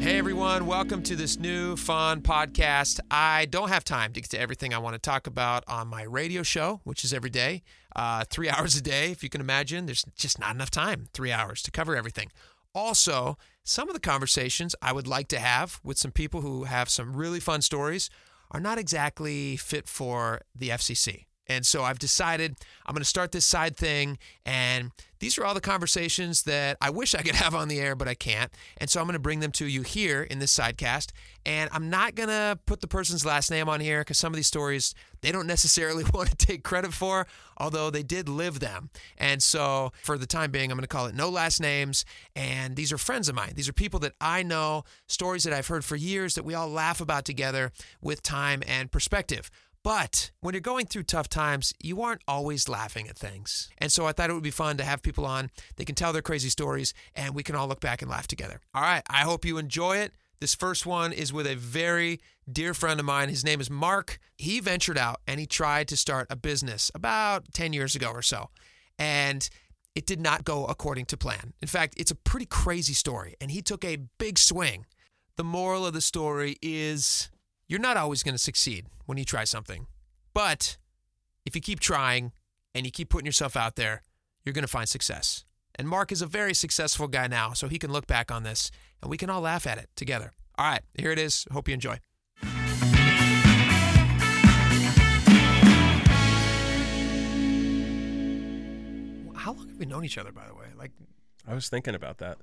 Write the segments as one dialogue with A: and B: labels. A: everyone. Welcome to this new fun podcast. I don't have time to get to everything I want to talk about on my radio show, which is every day, uh, three hours a day, if you can imagine. There's just not enough time, three hours to cover everything. Also, some of the conversations I would like to have with some people who have some really fun stories are not exactly fit for the FCC. And so I've decided I'm going to start this side thing. And these are all the conversations that I wish I could have on the air, but I can't. And so I'm going to bring them to you here in this sidecast. And I'm not going to put the person's last name on here because some of these stories they don't necessarily want to take credit for, although they did live them. And so for the time being, I'm going to call it No Last Names. And these are friends of mine. These are people that I know, stories that I've heard for years that we all laugh about together with time and perspective. But when you're going through tough times, you aren't always laughing at things. And so I thought it would be fun to have people on. They can tell their crazy stories and we can all look back and laugh together. All right. I hope you enjoy it. This first one is with a very dear friend of mine. His name is Mark. He ventured out and he tried to start a business about 10 years ago or so. And it did not go according to plan. In fact, it's a pretty crazy story. And he took a big swing. The moral of the story is you're not always going to succeed when you try something. But if you keep trying and you keep putting yourself out there, you're going to find success. And Mark is a very successful guy now, so he can look back on this and we can all laugh at it together. All right, here it is. Hope you enjoy. How long have we known each other, by the way? Like,
B: I was thinking about that.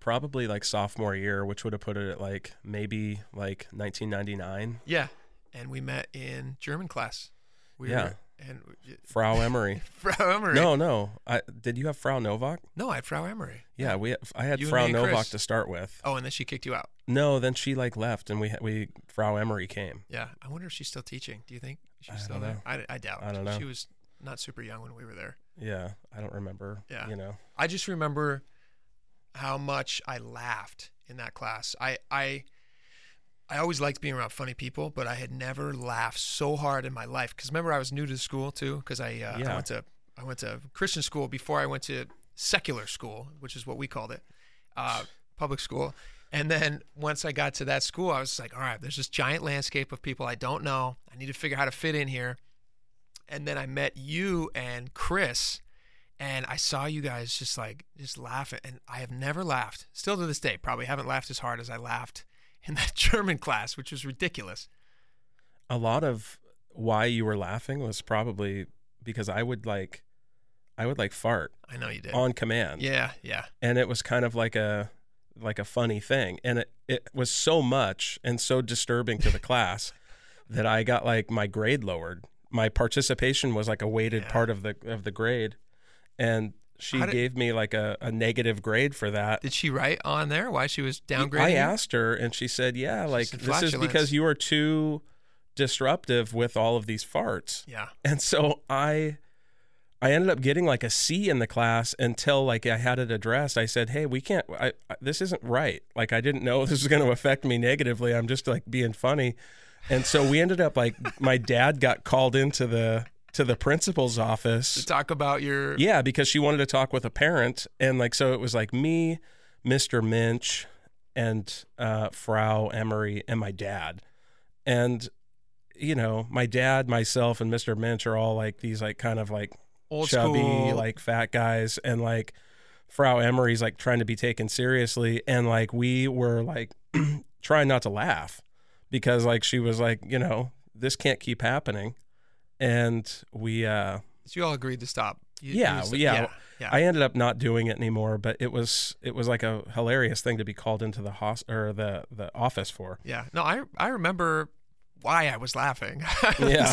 B: Probably like sophomore year, which would have put it at like maybe like 1999.
A: yeah. And we met in German class. We
B: Yeah.
A: Were, and
B: Frau Emery.
A: Frau Emery.
B: no, no. I did you have Frau Novak?
A: no, I had Frau Emery.
B: Yeah, we. I had
A: You and
B: Frau
A: me and
B: Novak
A: Chris.
B: to start with.
A: Oh, and then she kicked you out.
B: No, then she like left, and we ha- we Frau Emery came.
A: Yeah, I wonder if she's still teaching. Do you think she's
B: I
A: still
B: don't
A: there? I, I doubt.
B: I don't know.
A: She was not super young when we were there.
B: Yeah, I don't remember.
A: Yeah.
B: you know.
A: I just remember how much I laughed in that class. I I I always liked being around funny people, but I had never laughed so hard in my life. Because remember, I was new to the school too. Because I, uh, I
B: Yeah.
A: went to I went to Christian school before I went to secular school, which is what we called it, uh, public school. And then once I got to that school, I was like, all right, there's this giant landscape of people I don't know. I need to figure out how to fit in here. And then I met you and Chris and I saw you guys just like just laughing, and I have never laughed. Still to this day, probably haven't laughed as hard as I laughed in that German class, which was ridiculous.
B: a lot of why you were laughing was probably because I would like I would like fart
A: I know you did.
B: on command.
A: yeah, yeah,
B: And it was kind of like a like a funny thing. And it, it was so much and so disturbing to the class that I got like my grade lowered. My participation was like a weighted
A: Yeah.
B: part of the of the grade. And she
A: How did-
B: gave me like a, a negative grade for that.
A: Did she write on there why she was downgrading?
B: I
A: you?
B: asked her, and she said, "Yeah, like
A: said
B: this is
A: flatulence.
B: because you are too disruptive with all of these farts."
A: Yeah,
B: And so I I ended up getting like a C in the class until like I had it addressed. I said, "Hey, we can't I, I this isn't right. Like I didn't know this was going to affect me negatively. I'm just like being funny." And so we ended up like my dad got called into the to the principal's
A: to
B: office.
A: talk about your
B: Yeah, because she wanted to talk with a parent and like so it was like me, Mr. Minch, and uh Frau Emery and my dad. And you know, my dad, myself, and Mr. Minch are all like these like kind of like
A: old
B: chubby,
A: school,
B: like fat guys, and like Frau Emery's like trying to be taken seriously, and like we were like trying not to laugh because like she was like, you know, this can't keep happening, and we, uh
A: so you all agreed to stop. You,
B: Yeah,
A: just-
B: yeah.
A: yeah, yeah.
B: I ended up not doing it anymore, but it was it was like a hilarious thing to be called into the hos or the the office for.
A: Yeah. No, I I remember why I was laughing.
B: Yeah.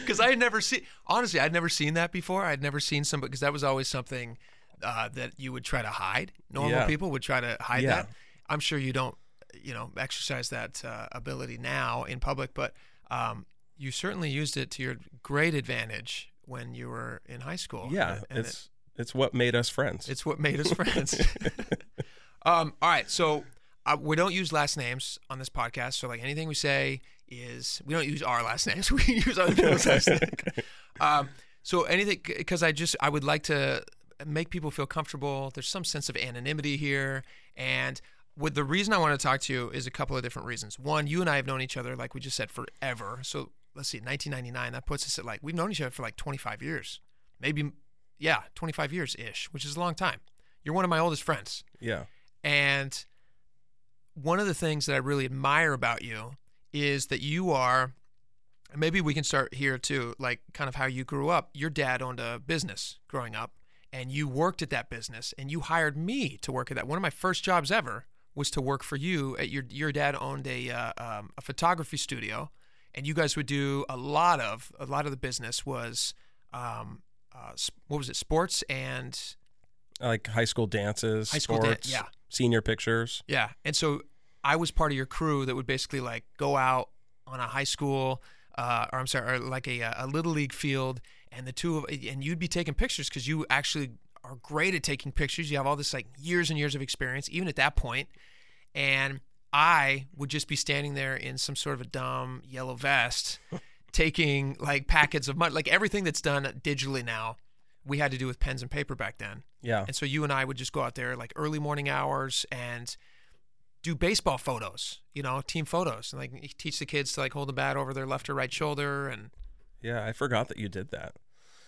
A: Because I had never seen. Honestly, I'd never seen that before. I'd never seen somebody because that was always something uh, that you would try to hide. Normal
B: Yeah.
A: people would try to hide
B: Yeah.
A: that. I'm sure you don't, you know, exercise that uh, ability now in public, but um, you certainly used it to your great advantage when you were in high school.
B: Yeah,
A: And it-
B: it's it's what made us friends.
A: it's what made us friends. um, all right, so uh, we don't use last names on this podcast. So like anything we say is we don't use our last names. We use other people's last names. Um, so anything because I just I would like to make people feel comfortable. There's some sense of anonymity here, and with the reason I want to talk to you is a couple of different reasons. One, you and I have known each other, like we just said, forever. So let's see, 1999, that puts us at like, we've known each other for like 25 years. Maybe, yeah, 25 years ish, which is a long time. You're one of my oldest friends.
B: Yeah.
A: And one of the things that I really admire about you is that you are, maybe we can start here too, like kind of how you grew up. Your dad owned a business growing up, and you worked at that business, and you hired me to work at that. One of my first jobs ever was to work for you. At your your dad owned a uh, um, a photography studio, and you guys would do a lot of a lot of the business was. Um, uh, s- what was it? Sports and
B: Like high school dances,
A: High school dan-
B: sports,
A: yeah.
B: senior pictures.
A: Yeah. And so I was part of your crew that would basically like go out on a high school, uh, or I'm sorry, or like a, a little league field, and the two of, and you'd be taking pictures because you actually are great at taking pictures. You have all this like years and years of experience, even at that point. And I would just be standing there in some sort of a dumb yellow vest, taking like packets of money, like everything that's done digitally now. We had to do with pens and paper back then.
B: Yeah.
A: And so you and I would just go out there like early morning hours and do baseball photos, you know, team photos, and like teach the kids to like hold the bat over their left or right shoulder, and
B: Yeah. I forgot that you did that.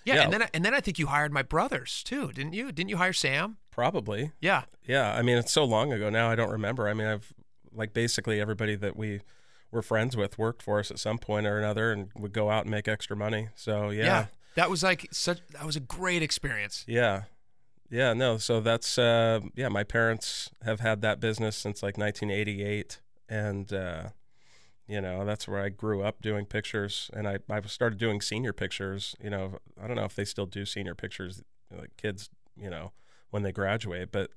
A: yeah,
B: Yeah.
A: and then I, and then I think you hired my brothers too, didn't you? Didn't you hire Sam?
B: Probably.
A: Yeah,
B: Yeah. I mean, it's so long ago now. I don't remember. I mean, I've like basically everybody that we were friends with worked for us at some point or another and would go out and make extra money. So, yeah.
A: That was like such. That was a great experience.
B: Yeah. Yeah, no. So that's uh yeah, my parents have had that business since like 1988 and uh you know, that's where I grew up doing pictures and I I started doing senior pictures, you know, I don't know if they still do senior pictures like kids, you know, when they graduate, but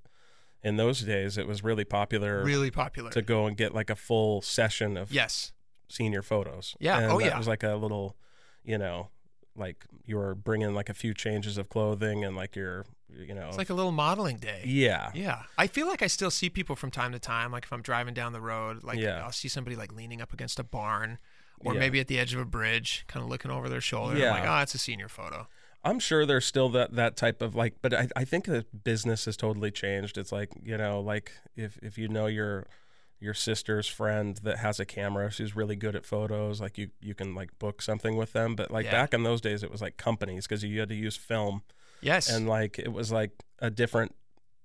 B: in those days it was really popular
A: Really popular.
B: to go and get like a full session of
A: yes.
B: senior photos.
A: Yeah,
B: And
A: oh,
B: that
A: yeah.
B: was like a little, you know, like you were bringing like a few changes of clothing and like your, you know,
A: It's like a little modeling day.
B: yeah,
A: Yeah, I feel like I still see people from time to time. Like if I'm driving down the road, like
B: Yeah.
A: I'll see somebody like leaning up against a barn, or
B: Yeah.
A: maybe at the edge of a bridge, kind of looking over their shoulder. Yeah. I'm like,
B: Yeah.
A: oh, it's a senior photo.
B: I'm sure there's still that that type of like, but I I think the business has totally changed. It's like you know, like if if you know your your sister's friend that has a camera, she's really good at photos. Like you you can like book something with them. But like
A: Yeah.
B: back in those days, it was like companies because you had to use film.
A: Yes,
B: and like it was like a different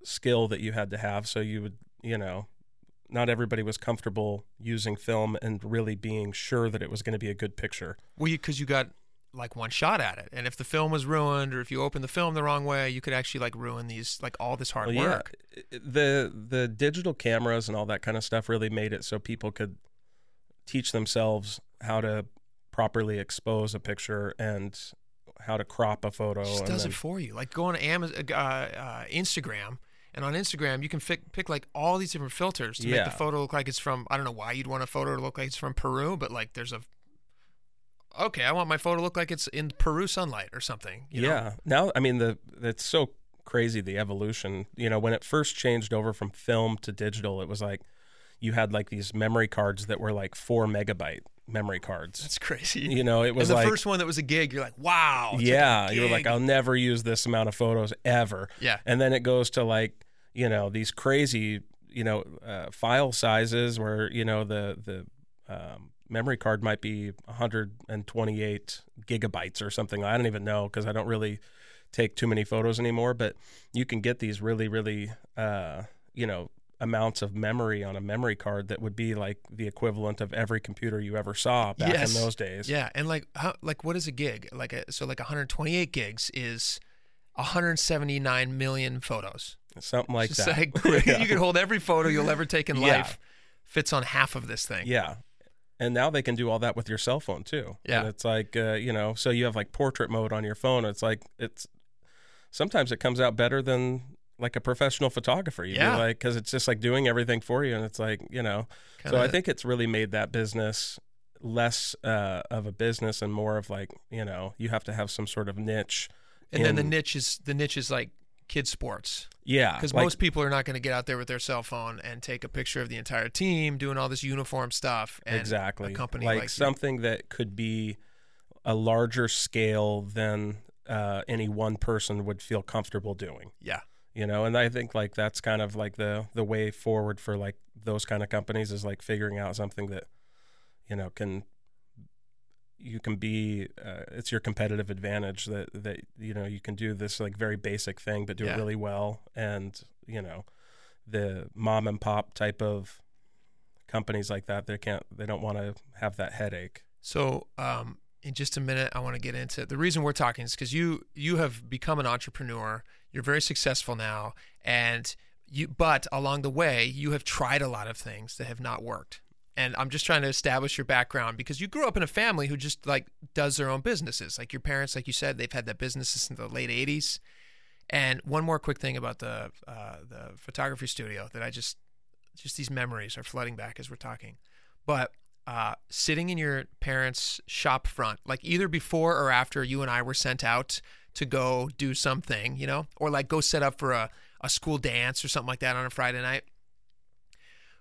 B: skill that you had to have so you would you know not everybody was comfortable using film and really being sure that it was going to be a good picture
A: well, because you got like one shot at it, and if the film was ruined, or if you opened the film the wrong way, you could actually like ruin these like all this hard
B: Well, yeah,
A: work.
B: i- i- the the digital cameras and all that kind of stuff really made it so people could teach themselves how to properly expose a picture and how to crop a photo
A: It just
B: and
A: does
B: then-
A: it for you. Like go on Amazon, uh, uh, Instagram, and on Instagram you can fi- pick like all these different filters to make
B: Yeah.
A: the photo look like it's from. I don't know why you'd want a photo to look like it's from Peru, but like there's a. Okay, I want my photo to look like it's in Peru sunlight or something. you know?
B: yeah. Now, I mean, the it's so crazy the evolution. You know, when it first changed over from film to digital, it was like you had like these memory cards that were like four megabyte memory cards.
A: that's crazy.
B: You know, it
A: and
B: was
A: the
B: like.
A: first one that was a gig, you're like, wow. it's like a
B: yeah, you were like, "Oh."
A: gig.
B: I'll never use this amount of photos ever.
A: yeah,
B: And then it goes to like, you know, these crazy, you know, uh, file sizes where, you know, the, the, um, memory card might be 128 gigabytes or something. I don't even know because I don't really take too many photos anymore, but you can get these really, really, uh, you know, amounts of memory on a memory card that would be like the equivalent of every computer you ever saw back
A: Yes.
B: in those days.
A: yeah. And like, how, like, what is a gig? Like, a, so like 128 gigs is 179 million photos.
B: Something like
A: Just
B: that.
A: like,
B: Yeah.
A: you could hold every photo you'll ever take in
B: Yeah.
A: life fits on half of this thing.
B: Yeah. And now they can do all that with your cell phone too.
A: Yeah.
B: And it's like, uh, you know, so you have like portrait mode on your phone. It's like, it's sometimes it comes out better than like a professional photographer. You'd be
A: Yeah.
B: like, cause it's just like doing everything for you. And it's like, you know,
A: Kinda-
B: so I think it's really made that business less uh, of a business and more of like, you know, you have to have some sort of niche.
A: and then the
B: in-
A: niche is the niche is like kids sports
B: Yeah.
A: because
B: like-
A: most people are not going to get out there with their cell phone and take a picture of the entire team doing all this uniform stuff. And
B: exactly
A: a company
B: like,
A: like you.
B: something that could be a larger scale than uh, any one person would feel comfortable doing
A: Yeah.
B: you know and i think like that's kind of like the the way forward for like those kind of companies is like figuring out something that you know can you can be uh, it's your competitive advantage that that you know you can do this like very basic thing but do
A: Yeah.
B: it really well and you know the mom and pop type of companies like that they can't they don't want to have that headache
A: So, um, in just a minute, I want to get into the reason we're talking is because you you have become an entrepreneur. You're very successful now, and you but along the way, you have tried a lot of things that have not worked. And I'm just trying to establish your background because you grew up in a family who just like does their own businesses. Like your parents, like you said, they've had that business since the late '80s. And one more quick thing about the uh, the photography studio that I just just these memories are flooding back as we're talking. But uh, sitting in your parents' shop front, like either before or after you and I were sent out to go do something, you know, or like go set up for a, a school dance or something like that on a Friday night,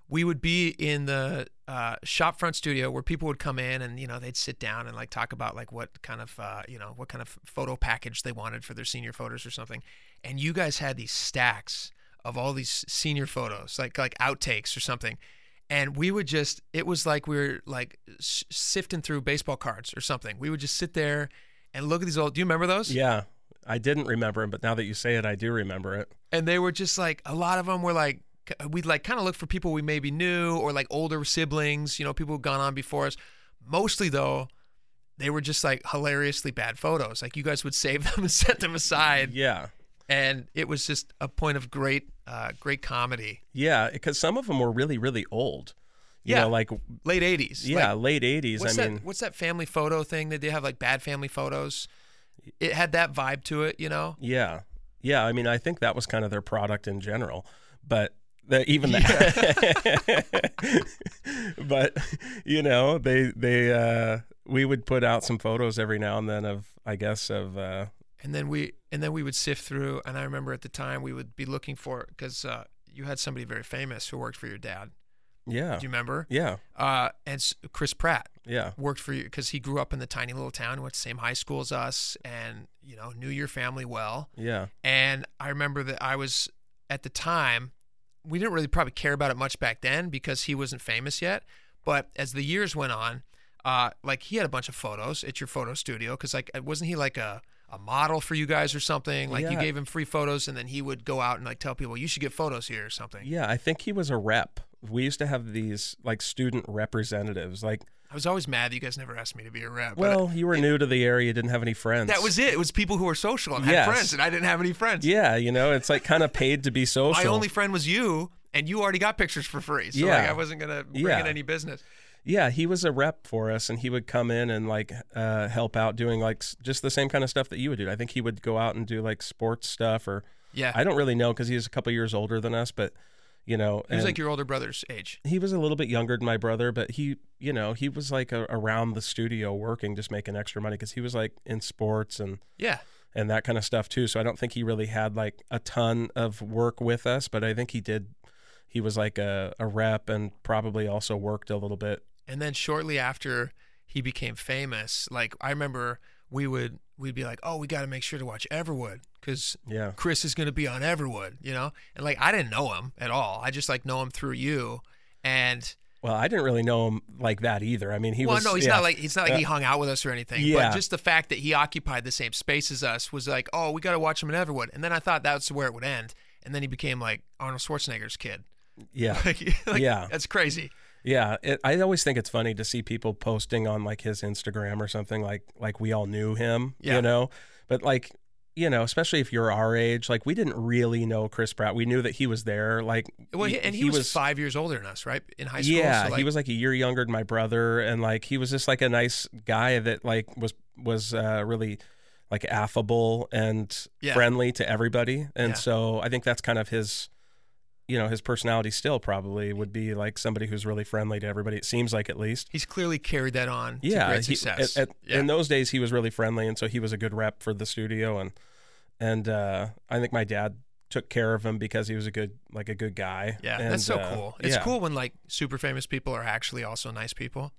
A: we would be in the uh, shop front studio where people would come in and, you know, they'd sit down and like talk about like what kind of, uh, you know, what kind of photo package they wanted for their senior photos or something. And you guys had these stacks of all these senior photos, like like outtakes or something and we would just it was like we were like s- sifting through baseball cards or something we would just sit there and look at these old do you remember those
B: yeah i didn't remember it but now that you say it i do remember it
A: and they were just like a lot of them were like uh, we'd like kind of look for people we maybe knew or like older siblings you know people who've gone on before us mostly though they were just like hilariously bad photos like you guys would save them and set them aside
B: yeah
A: and it was just a point of great uh great comedy
B: yeah because some of them were really really old you
A: Yeah.
B: know like
A: late 80s like,
B: yeah late 80s
A: What's
B: i
A: that?
B: mean
A: what's that family photo thing that they have like bad family photos? It had that vibe to it, you know.
B: Yeah. Yeah. I mean, I think that was kind of their product in general, but the, even that, but you know, they, they, uh, we would put out some photos every now and then of, I guess, of, uh,
A: And then we and then we would sift through. And I remember at the time we would be looking for because uh, you had somebody very famous who worked for your dad.
B: yeah,
A: Do you remember?
B: yeah,
A: Uh, and s- Chris Pratt
B: yeah,
A: worked for you because he grew up in the tiny little town, went to the same high school as us, and you know knew your family well.
B: yeah,
A: And I remember that I was at the time, we didn't really probably care about it much back then because he wasn't famous yet. But as the years went on, uh, like he had a bunch of photos at your photo studio because like wasn't he like a a model for you guys or something? Like you
B: Yeah.
A: gave him free photos and then he would go out and like tell people you should get photos here or something.
B: yeah. I think he was a rep. We used to have these like student representatives. Like,
A: I was always mad that you guys never asked me to be a rep. but
B: well, you were new to the area, you didn't have any friends.
A: that was it. It was people who were social and
B: Yes.
A: had friends, and I didn't have any friends.
B: yeah, you know, it's like kind of paid to be social.
A: My only friend was you, and you already got pictures for free, so like
B: Yeah.
A: I wasn't gonna bring
B: Yeah.
A: in any business.
B: Yeah, he was a rep for us, and he would come in and like uh, help out doing like s- just the same kind of stuff that you would do. I think he would go out and do like sports stuff, or
A: Yeah,
B: I don't really know because he's a couple years older than us, but you know,
A: He was
B: and
A: like your older brother's age.
B: he was a little bit younger than my brother, but he, you know, he was like a, around the studio working, just making extra money because he was like in sports and
A: Yeah.
B: and that kind of stuff too. So I don't think he really had like a ton of work with us, but I think he did. He was like a, a rep and probably also worked a little bit.
A: And then shortly after he became famous, like I remember we would we'd be like, "Oh, we got to make sure to watch Everwood cuz
B: Yeah,
A: Chris is going to be on Everwood," you know? And like I didn't know him at all. I just like know him through you and
B: Well, I didn't really know him like that either. I mean, he
A: well,
B: was.
A: no, he's
B: yeah,
A: not like it's not like he hung out with us or anything.
B: yeah.
A: But just the fact that he occupied the same space as us was like, "Oh, we got to watch him in Everwood." And then I thought that's where it would end. And then he became like Arnold Schwarzenegger's kid.
B: Yeah,
A: Like, like,
B: Yeah.
A: That's crazy.
B: yeah. It, I always think it's funny to see people posting on like his Instagram or something like like we all knew him.
A: Yeah.
B: You know, but like you know, especially if you're our age, like we didn't really know Chris Pratt. We knew that he was there. Like,
A: Well, he, and he, was, five years older than us, right? In high school.
B: yeah,
A: so like,
B: he was like a year younger than my brother, and like he was just like a nice guy that like was was uh, really like affable and
A: Yeah.
B: friendly to everybody, and
A: Yeah.
B: so I think that's kind of his, you know, his personality still probably would be like somebody who's really friendly to everybody. It seems like at least.
A: He's clearly carried that on
B: Yeah,
A: to great
B: he-
A: success.
B: at- at-
A: yeah.
B: in those days he was really friendly, and so he was a good rep for the studio, and and uh, I think my dad took care of him because he was a good like a good guy.
A: yeah,
B: And,
A: that's so
B: uh,
A: cool. It's
B: yeah.
A: cool when like super famous people are actually also nice people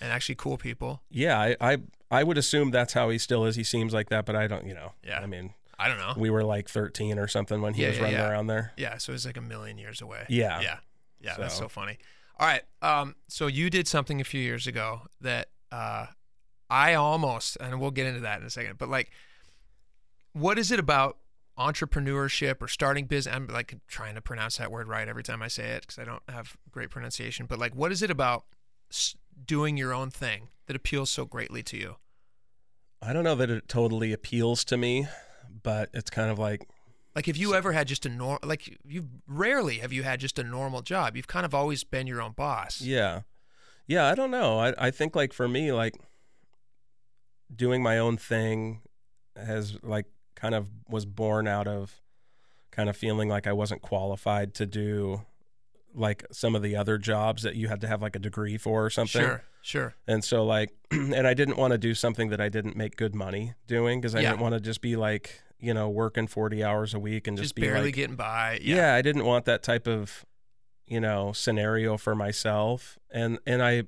A: and actually cool people.
B: Yeah, I, I I would assume that's how he still is. He seems like that, but I don't, you know.
A: Yeah.
B: I mean,
A: I don't know.
B: We were like 13 or something when he
A: Yeah,
B: was
A: yeah,
B: running
A: yeah.
B: around there.
A: Yeah, so it's like a million years away.
B: Yeah.
A: Yeah. Yeah, that's
B: So-
A: so funny. All right. Um, so you did something a few years ago that uh, I almost, and we'll get into that in a second, but like, what is it about entrepreneurship or starting business? I'm like trying to pronounce that word right every time I say it because I don't have great pronunciation, but like, what is it about s- doing your own thing that appeals so greatly to you?
B: I don't know that it totally appeals to me, but it's kind of like
A: Like, have you ever had just a normal, like, you rarely have you had just a normal job. You've kind of always been your own boss.
B: Yeah. Yeah, I don't know. I, I think like for me, like doing my own thing has like kind of was born out of kind of feeling like I wasn't qualified to do like some of the other jobs that you had to have like a degree for or something.
A: Sure, sure.
B: And so like and I didn't want to do something that I didn't make good money doing because I
A: Yeah.
B: didn't want to just be like, you know, working 40 hours a week and
A: Just,
B: just, be
A: barely
B: like
A: getting by.
B: yeah.
A: Yeah.
B: i didn't want that type of you know scenario for myself and and i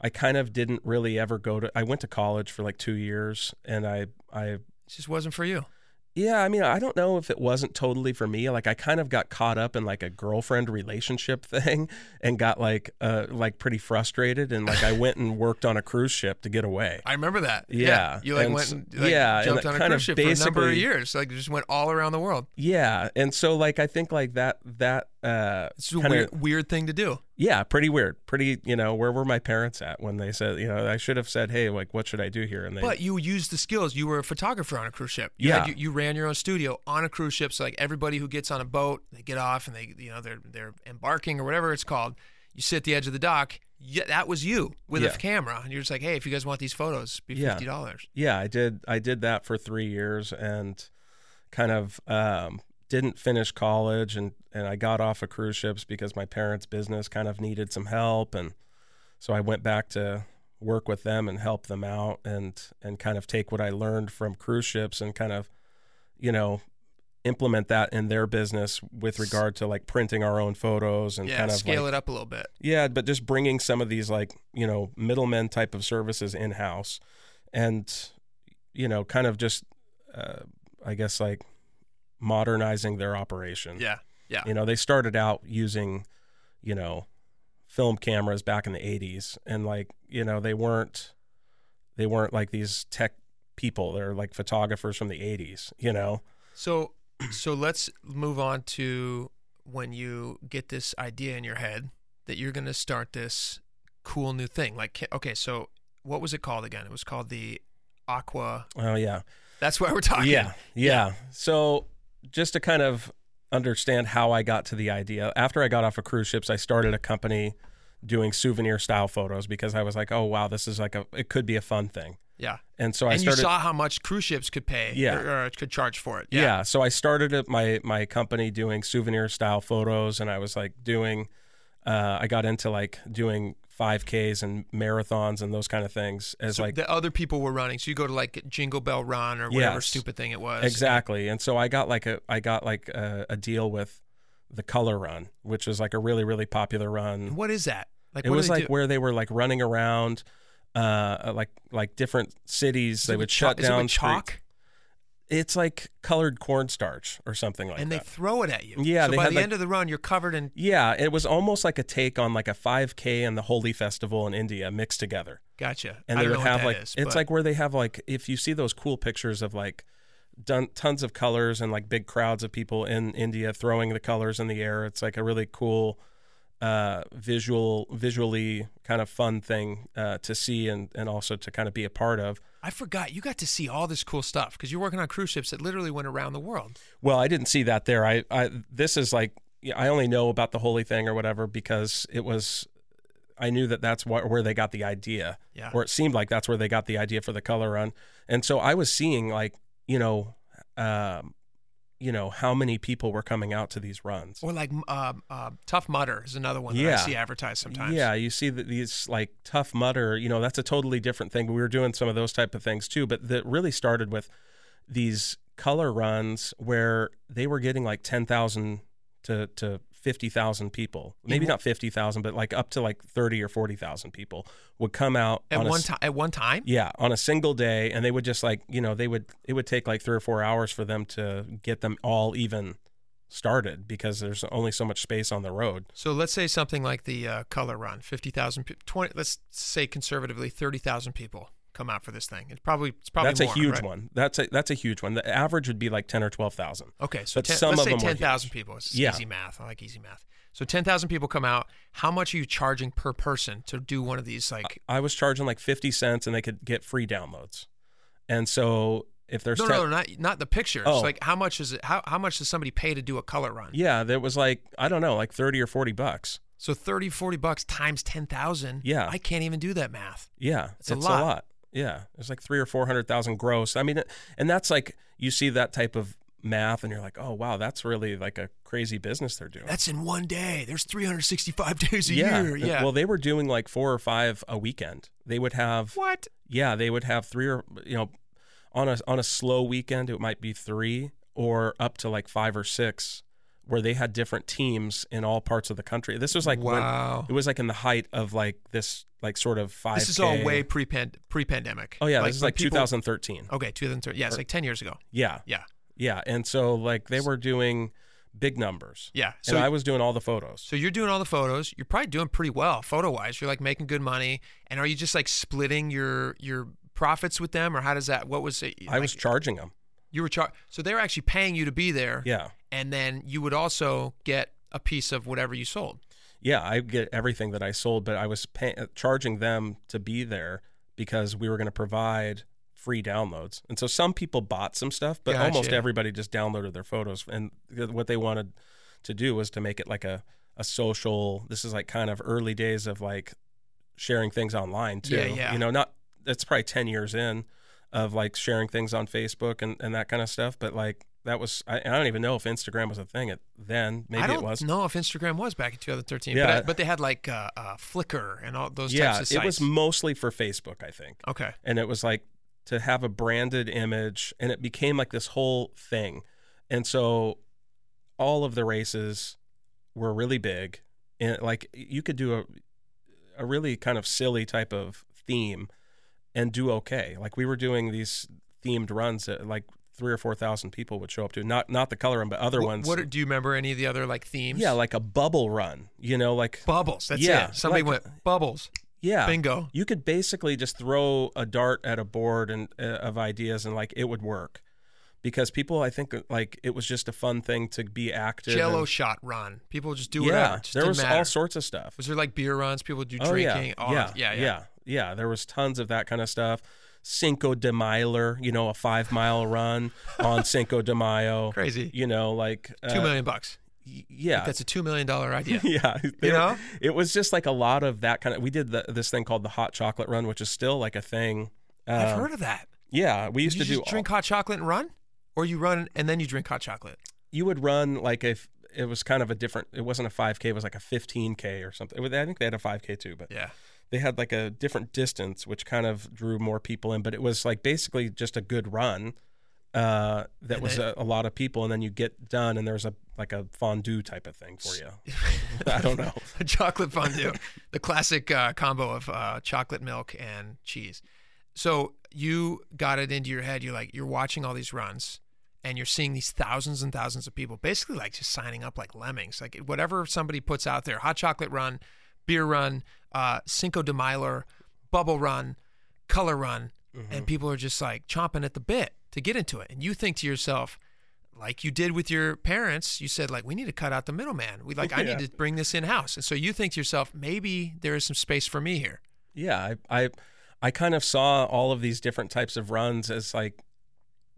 B: i kind of didn't really ever go to i went to college for like two years and i i
A: It just wasn't for you.
B: yeah i mean i don't know if it wasn't totally for me like i kind of got caught up in like a girlfriend relationship thing and got like uh like pretty frustrated and like i went and worked on a cruise ship to get away
A: I remember that.
B: Yeah,
A: You like
B: and
A: went
B: so-
A: and like,
B: yeah, and
A: jumped
B: that
A: on a
B: kind
A: cruise ship
B: of
A: for a number of
B: basically-
A: years. Like just went all around the world.
B: yeah and so like i think like that that uh
A: It's a
B: kinda-
A: weird, weird thing to do.
B: yeah, pretty weird. Pretty, you know, where were my parents at when they said, you know, I should have said, hey, like, what should I do here? And they,
A: But you used the skills. You were a photographer on a cruise ship. You
B: Yeah.
A: Had, you, you ran your own studio on a cruise ship. So like everybody who gets on a boat, they get off and they, you know, they're they're embarking or whatever it's called. You sit at the edge of the dock. Yeah, that was you with
B: Yeah.
A: a camera, and you're just like, hey, if you guys want these photos, be
B: Yeah.
A: fifty dollars.
B: yeah, I did, I did that for three years and kind of um, didn't finish college. And, and I got off of cruise ships because my parents' business kind of needed some help. And so I went back to work with them and help them out and, and kind of take what I learned from cruise ships and kind of, you know, implement that in their business with regard to like printing our own photos and
A: Yeah.
B: kind of like,
A: scale it up a little bit.
B: Yeah, but just bringing some of these like you know middlemen type of services in house, and you know kind of just uh, I guess like modernizing their operation.
A: Yeah. Yeah.
B: You know they started out using you know film cameras back in the '80s, and like you know they weren't they weren't like these tech people. They're like photographers from the '80s. You know.
A: So, so let's move on to when you get this idea in your head that you're going to start this cool new thing. Like, okay, so what was it called again? It was called the Aqua.
B: Oh yeah.
A: That's why we're talking.
B: Yeah, yeah. So just to kind of understand how I got to the idea, after I got off of cruise ships, I started a company doing souvenir style photos because I was like, oh wow, this is like a it could be a fun thing.
A: yeah.
B: And so I
A: and
B: started
A: you saw how much cruise ships could pay.
B: Yeah.
A: or, or could charge for it.
B: yeah. so I started at my my company doing souvenir style photos and I was like doing uh I got into like doing 5Ks and marathons and those kind of things as
A: So
B: like
A: the other people were running, so you go to like Jingle Bell Run or whatever
B: Yes.
A: stupid thing it was.
B: Exactly. And so I got like a I got like a, a deal with the color run, which was like a really really popular
A: And
B: run.
A: What is that? Like,
B: it
A: what do
B: was
A: they
B: like
A: do?
B: where they were like running around uh like like different
A: Is
B: cities
A: it
B: they
A: with
B: would
A: chalk-
B: shut
A: is it with
B: down
A: chalk,
B: streets. It's like colored cornstarch or something like
A: and
B: that.
A: they throw it at you.
B: Yeah,
A: So
B: they
A: by
B: had,
A: the
B: like-
A: end of the run, you're covered in.
B: yeah, it was almost like a take on like a 5K and the Holi festival in India mixed together.
A: Gotcha.
B: and
A: I
B: they
A: don't know
B: would
A: what
B: have
A: that
B: like
A: is,
B: it's
A: but-
B: like where they have like if you see those cool pictures of like done tons of colors and like big crowds of people in India throwing the colors in the air. It's like a really cool uh visual visually kind of fun thing uh to see and and also to kind of be a part of
A: I forgot you got to see all this cool stuff because you're working on cruise ships that literally went around the world.
B: well i didn't see that there i i this is like yeah, i only know about the holy thing or whatever because it was i knew that that's wh- where they got the idea
A: Yeah.
B: or it seemed like that's where they got the idea for the color run. And so I was seeing like, you know, um, you know, how many people were coming out to these runs.
A: Or like uh, uh, Tough Mudder is another one that I
B: Yeah.
A: see advertised sometimes.
B: Yeah, you see that these like tough mutter, you know, that's a totally different thing. We were doing some of those type of things too, but that really started with these color runs where they were getting like 10,000 to to fifty thousand people, maybe
A: In-
B: not fifty thousand, but like up to like thirty or forty thousand people would come out
A: at
B: on a
A: one
B: s-
A: time. At one time,
B: Yeah, on a single day, and they would just like you know they would it would take like three or four hours for them to get them all even started because there's only so much space on the road.
A: So let's say something like the uh, color run, 50,000, pe- 20, let's say conservatively 30,000 people come out for this thing. It's probably, it's probably
B: that's
A: more,
B: a huge
A: right?
B: one. That's a that's a huge one. The average would be like ten or twelve thousand.
A: Okay. So
B: But
A: 10,
B: some
A: let's
B: of
A: say
B: them were
A: 10,000 people. It's
B: Yeah.
A: easy math. I like easy math. So 10,000 people come out. How much are you charging per person to do one of these? Like,
B: I was charging like fifty cents, and they could get free downloads. And so if there's
A: no,
B: ten-
A: no, no, not, not the pictures.
B: Oh.
A: Like how much is it? How, how much does somebody pay to do a color run?
B: yeah, there was like I don't know, like thirty or forty bucks.
A: So 30, 40 bucks times 10,000.
B: Yeah.
A: I can't even do that math.
B: Yeah,
A: It's a lot.
B: Yeah, it's like three or four hundred thousand gross. I mean, and that's like you see that type of math, and you're like, oh wow, that's really like a crazy business they're doing.
A: That's in one day. There's 365 days a
B: yeah.
A: year. Yeah.
B: Well, they were doing like four or five a weekend. They would have
A: what?
B: yeah, they would have three or you know, on a on a slow weekend it might be three or up to like five or six, where they had different teams in all parts of the country. This was like
A: Wow.
B: when it was like in the height of like this like sort of five.
A: This is all way pre pre pandemic.
B: Oh yeah, this is like
A: 2000.
B: 2013.
A: Okay, 2013. Yeah, it's like 10 years ago.
B: Yeah,
A: Yeah,
B: yeah, and so like they were doing big numbers,
A: yeah.
B: so
A: So,
B: I was doing all the photos.
A: so you're doing all the photos. You're probably doing pretty well photo wise. You're like making good money. And are you just like splitting your your profits with them, or how does that? What was it?
B: I was
A: like,
B: charging them.
A: you were char- so they were actually paying you to be there.
B: Yeah,
A: And then you would also get a piece of whatever you sold.
B: yeah, I get everything that I sold, but I was pay- uh, charging them to be there because we were going to provide free downloads. And so some people bought some stuff, but almost
A: Gotcha.
B: everybody just downloaded their photos. And th- what they wanted to do was to make it like a a social. This is like kind of early days of like sharing things online too.
A: Yeah, yeah.
B: You know, not that's probably ten years in of like sharing things on Facebook and and that kind of stuff, but like. That was I, I don't even know if Instagram was a thing at then. Maybe
A: I don't
B: it was.
A: know if Instagram was back in 2013. But,
B: Yeah.
A: I- but they had like uh, uh, Flickr and all those
B: yeah,
A: types of sites.
B: it was mostly for Facebook, I think.
A: okay.
B: And it was like to have a branded image and it became like this whole thing. And so all of the races were really big and like you could do a a really kind of silly type of theme and do okay. Like we were doing these themed runs that like 3 or 4,000 people would show up to. Not not the color run, but other
A: Wh-
B: ones.
A: What are- do you remember any of the other like themes?
B: yeah, like a bubble run, you know, like
A: Bubbles. That's
B: Yeah,
A: it. Somebody
B: like-
A: went bubbles.
B: yeah.
A: Bingo.
B: you could basically just throw a dart at a board and uh, of ideas and like it would work because people i think like it was just a fun thing to be active
A: Jello
B: and,
A: shot run. People just do whatever.
B: yeah
A: It just
B: there
A: didn't
B: was
A: matter.
B: all sorts of stuff
A: Was there like beer runs? People do
B: Oh, yeah.
A: drinking. all-
B: yeah.
A: yeah, yeah.
B: yeah yeah there was tons of that kind of stuff cinco de miler you know a five mile run on cinco de mayo
A: Crazy.
B: you know like uh,
A: two million bucks.
B: y- yeah
A: That's a two million dollar idea.
B: yeah There-
A: know?
B: it was just like a lot of that kind of we did the, this thing called the hot chocolate run which is still like a thing
A: I've
B: Um,
A: heard of that.
B: yeah we used
A: you
B: to do
A: just drink hot chocolate and run, or you run and then you drink hot chocolate.
B: you would run like if it was kind of a different it wasn't a 5k it was like a 15k or something It was- i think they had a 5k too but
A: Yeah.
B: they had like a different distance which kind of drew more people in but it was like basically just a good run uh, that
A: And
B: was
A: then-
B: a, a lot of people and then you get done and there's a like a fondue type of thing for you i don't know
A: chocolate fondue, the classic uh, combo of uh, chocolate milk and cheese. So you got it into your head. You're like, you're watching all these runs, and you're seeing these thousands and thousands of people, basically like just signing up like lemmings. Like whatever somebody puts out there, hot chocolate run, beer run, uh, Cinco de Miler, bubble run, color run,
B: Mm-hmm.
A: and people are just like chomping at the bit to get into it. And you think to yourself. Like you did with your parents, you said like we need to cut out the middleman. We like I
B: Yeah.
A: need to to bring this in house. And so you think to yourself, maybe there is some space for me here.
B: yeah I, I i kind of saw all of these different types of runs as like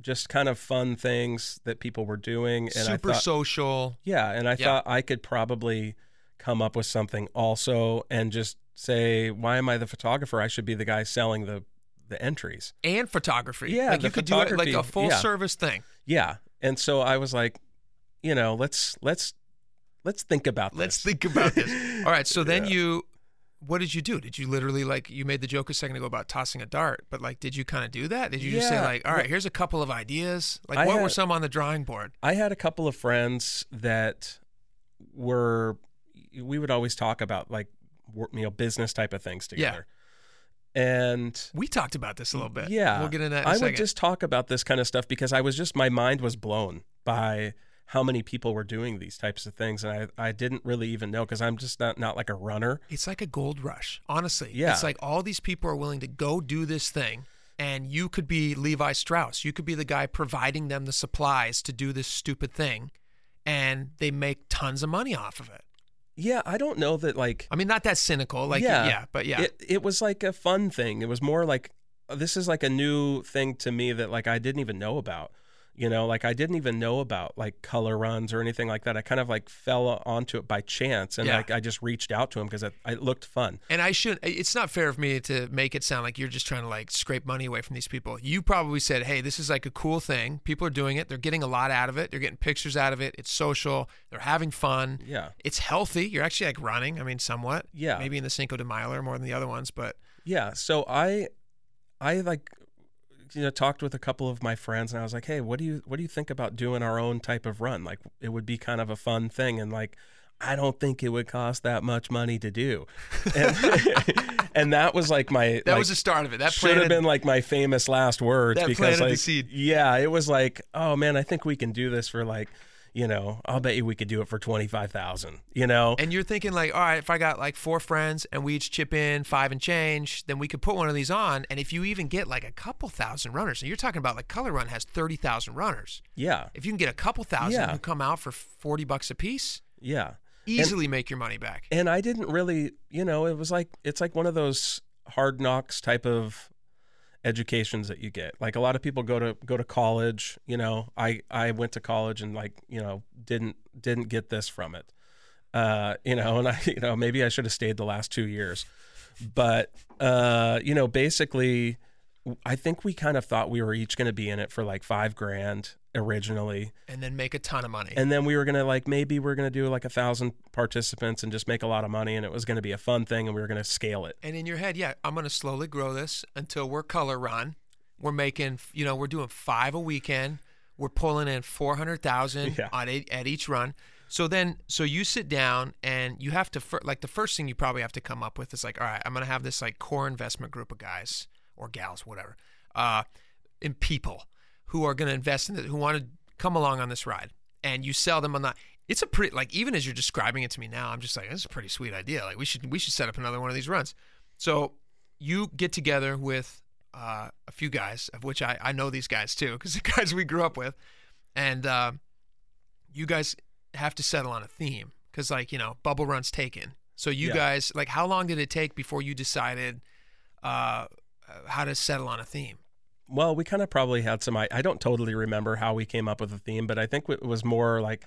B: just kind of fun things that people were doing and i
A: Super
B: thought
A: social.
B: Yeah, and I
A: Yeah.
B: thought I could probably come up with something also and just say, why am I the photographer? I should be the guy selling the the entries.
A: And photography.
B: Yeah,
A: like
B: the
A: you could do it like a
B: photography,
A: full
B: yeah.
A: service thing.
B: Yeah. And so I was like, you know, let's let's let's think about this.
A: Let's think about this. All right. So then you, what did you do? Did you literally like you made the joke a second ago about tossing a dart? But like, did you kind of do that? Did you just say
B: Yeah.
A: like, all right, here's a couple of ideas. Like,
B: I
A: what were
B: had-
A: some on the drawing board?
B: I had a couple of friends that were we would always talk about like work, you know business type of things together. And
A: We talked about this a little bit.
B: Yeah.
A: We'll get into that in a
B: I
A: second.
B: would just talk about this kind of stuff because I was just my mind was blown by how many people were doing these types of things and I, I didn't really even know because I'm just not not like a runner.
A: it's like a gold rush, honestly.
B: Yeah.
A: It's like all these people are willing to go do this thing, and you could be Levi Strauss. You could be the guy providing them the supplies to do this stupid thing, and they make tons of money off of it.
B: Yeah, I don't know that like
A: I mean, not that cynical, like yeah, but Oh, yeah,
B: It it was like a fun thing. It was more like uh, this is like a new thing to me that like I didn't even know about. You know, like I didn't even know about like color runs or anything like that. I kind of like fell onto it by chance, and
A: Yeah.
B: like I just reached out to him because it, it looked fun.
A: And I shouldn't. It's not fair of me to make it sound like you're just trying to like scrape money away from these people. You probably said, "Hey, this is like a cool thing. People are doing it. They're getting a lot out of it. They're getting pictures out of it. It's social. They're having fun.
B: Yeah,
A: It's healthy. You're actually like running. I mean, somewhat.
B: Yeah.
A: Maybe in the Cinco de Mayo more than the other ones, but
B: yeah. So I, I like, you know, talked with a couple of my friends, and I was like, hey, what do you what do you think about doing our own type of run? Like, it would be kind of a fun thing, and like. I don't think it would cost that much money to do, and, and that was like my
A: that
B: like,
A: was the start of it. That
B: should have
A: planted-
B: been like my famous last words
A: That
B: because
A: planted the
B: like
A: seed.
B: yeah it was like oh man i think we can do this for like you know i'll bet you we could do it for 25000 you know
A: And you're thinking like, all right, if I got like four friends and we each chip in five and change, then we could put one of these on. And if you even get like a couple thousand runners, and you're talking about like Color Run has thirty thousand runners.
B: yeah
A: If you can get a couple thousand
B: Yeah.
A: who come out for 40 bucks a piece,
B: yeah
A: easily make your money back.
B: and i didn't really you know it was like it's like one of those hard knocks type of educations that you get like a lot of people go to go to college you know i i went to college and like you know didn't didn't get this from it uh you know and i you know maybe i should have stayed the last two years but uh you know basically i think we kind of thought we were each going to be in it for like five grand originally
A: and then make a ton of money.
B: and then we were gonna like maybe we are gonna do like a thousand participants and just make a lot of money, and it was gonna be a fun thing, and we were gonna scale it.
A: And in your head, yeah, I'm going to slowly grow this until we're color run. We're making, you know, we're doing five a weekend. We're pulling in 400,000
B: Yeah.
A: on e- at each run. So then, so you sit down and you have to, fir- like, the first thing you probably have to come up with is like, all right, I'm going to have this like core investment group of guys or gals, whatever, uh, and people who are going to invest in it, who want to come along on this ride. And you sell them on that. It's a pretty, like, even as you're describing it to me now, I'm just like, this is a pretty sweet idea. Like, we should, we should set up another one of these runs. So you get together with uh, a few guys, of which I, I know these guys too, because the guys we grew up with, and uh, you guys have to settle on a theme, because like you know, bubble runs taken. So you
B: Yeah.
A: guys like, how long did it take before you decided uh, uh, how to settle on a theme?
B: Well, we kind of probably had some. I, I don't totally remember how we came up with the theme, but I think it was more like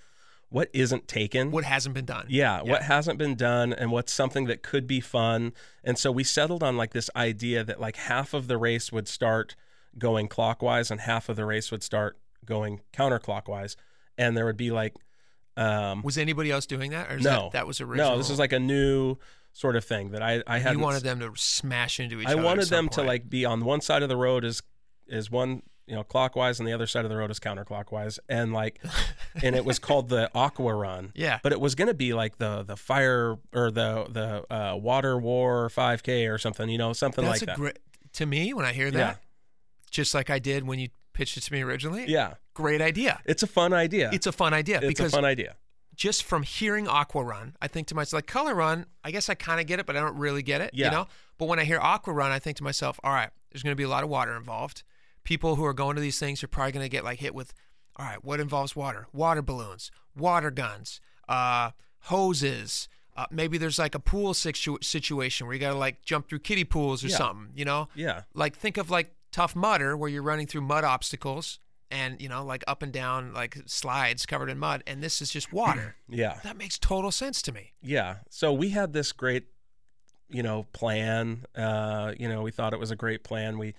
B: what isn't taken.
A: What hasn't been done?
B: yeah, what hasn't been done and what's something that could be fun. And so we settled on like this idea that like half of the race would start going clockwise and half of the race would start going counterclockwise. And there would be like um
A: Was anybody else doing that? Or is
B: no,
A: that, that was original.
B: No, this is like a new sort of thing that I I had.
A: you wanted them to smash into each
B: I
A: other. at
B: wanted
A: some
B: them to
A: point.
B: like be on one side of the road is is one you know clockwise and the other side of the road is counterclockwise and like and it was called the aqua run
A: Yeah.
B: but it was going to be like the the fire or the the uh, water war 5k or something you know something
A: That's
B: like
A: a
B: that
A: great to me when I hear that.
B: Yeah.
A: Just like I did when you pitched it to me originally.
B: yeah
A: Great idea.
B: it's a fun idea
A: It's a fun idea
B: It's a
A: because
B: fun idea
A: just from hearing Aqua Run, I think to myself, like Color Run, I guess I kind of get it, but I don't really get it.
B: Yeah.
A: You know? But when I hear Aqua Run, I think to myself, all right, there's going to be a lot of water involved. People who are going to these things are probably going to get like hit with, all right, what involves water? Water balloons, water guns, uh, hoses. Uh, maybe there's like a pool situ- situation where you got to like jump through kiddie pools or
B: Yeah.
A: something, you know?
B: yeah
A: like think of like tough mudder where you're running through mud obstacles and you know like up and down like slides covered in mud and this is just water
B: yeah
A: that makes total sense to me
B: yeah so we had this great you know plan uh you know we thought it was a great plan we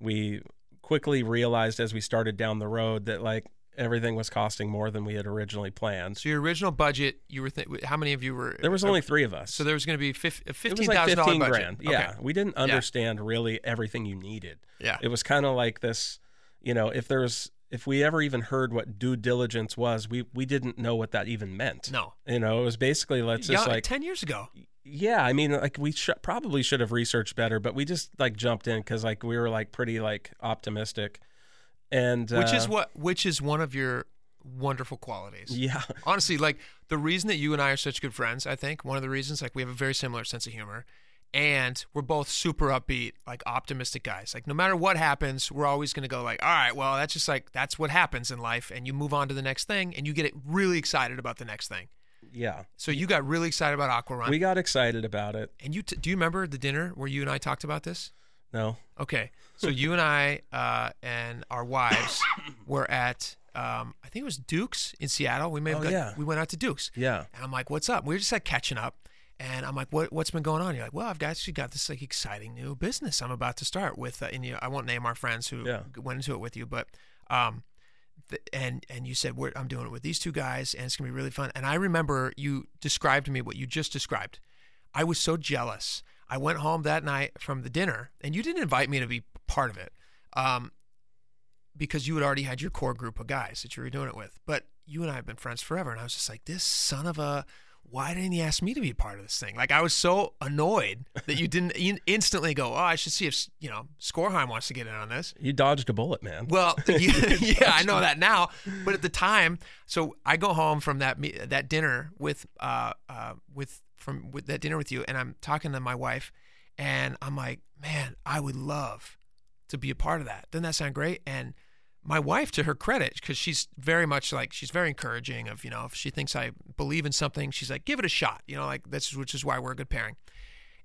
B: we quickly realized as we started down the road that like everything was costing more than we had originally planned
A: so your original budget you were think how many of you were
B: there was only three of us
A: so there was going to be fif- a
B: it
A: $15000
B: was like 15
A: budget
B: grand yeah
A: okay.
B: we didn't understand really everything you needed
A: yeah
B: it was kind of like this you know if there's if we ever even heard what due diligence was, we we didn't know what that even meant.
A: No.
B: You know, it was basically let's
A: Yeah,
B: just like
A: 10 years ago.
B: yeah, I mean like we sh- probably should have researched better, but we just like jumped in cuz like we were like pretty like optimistic. And
A: Which is
B: uh,
A: what which is one of your wonderful qualities.
B: yeah.
A: honestly, like the reason that you and I are such good friends, I think one of the reasons, like we have a very similar sense of humor, and we're both super upbeat, like optimistic guys. Like no matter what happens, we're always gonna go like, all right, well that's just like that's what happens in life, and you move on to the next thing, and you get really excited about the next thing.
B: Yeah.
A: So you got really excited about Aquarun,
B: We got excited about it.
A: and you t- do you remember the dinner where you and I talked about this?
B: No.
A: Okay, so you and I uh, and our wives were at. Um, I think it was Duke's in Seattle. We may have
B: Oh,
A: got-
B: yeah.
A: we went out to Duke's.
B: Yeah.
A: And I'm like, what's up? We were just like catching up. And I'm like, what, what's been going on? You're like, well, I've actually got this like exciting new business I'm about to start with. Uh, and you know, I won't name our friends who
B: Yeah.
A: g- went into it with you, but, um, th- and, and you said, we're, I'm doing it with these two guys and it's gonna be really fun. And I remember you described to me what you just described. I was so jealous. I went home that night from the dinner and you didn't invite me to be part of it. Um, because you had already had your core group of guys that you were doing it with. But you and I have been friends forever. And I was just like, this son of a, why didn't he ask me to be a part of this thing? Like, I was so annoyed that you didn't in- instantly go, oh, I should see if, you know, Scoreheim wants to get in on this.
B: You dodged a bullet, man.
A: Well, yeah, yeah, I know that now, but at the time, so I go home from that me- that dinner with uh, uh with from with that dinner with you, and I'm talking to my wife, and I'm like, man, I would love to be a part of that. Doesn't that sound great? And my wife, to her credit, because she's very much like she's very encouraging of you know if she thinks I believe in something, she's like, give it a shot, you know, like this is which is why we're a good pairing.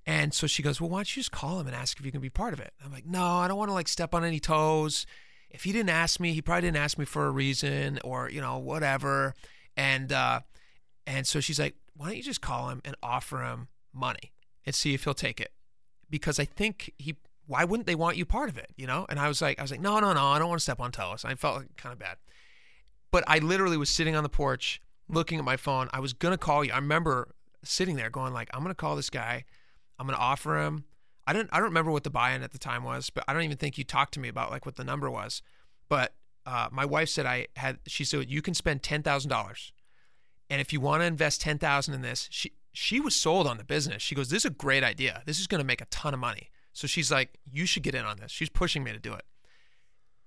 A: And so she goes, Well, why don't you just call him and ask if you can be part of it? I'm like, No, I don't want to like step on any toes. If he didn't ask me, he probably didn't ask me for a reason or, you know, whatever. And uh and so she's like, Why don't you just call him and offer him money and see if he'll take it? Because I think he why wouldn't they want you part of it? You know? And I was like, I was like, No, no, no, I don't want to step on toes. I felt like kind of bad but I literally was sitting on the porch looking at my phone. I was gonna call you. I remember sitting there going like, I'm gonna call this guy. I'm gonna offer him. I didn't. I don't remember what the buy-in at the time was, but I don't even think you talked to me about like what the number was. But uh, my wife said I had. She said you can spend ten thousand dollars, and if you want to invest ten thousand in this, she she was sold on the business. She goes, "This is a great idea. This is gonna make a ton of money." So she's like, "You should get in on this." She's pushing me to do it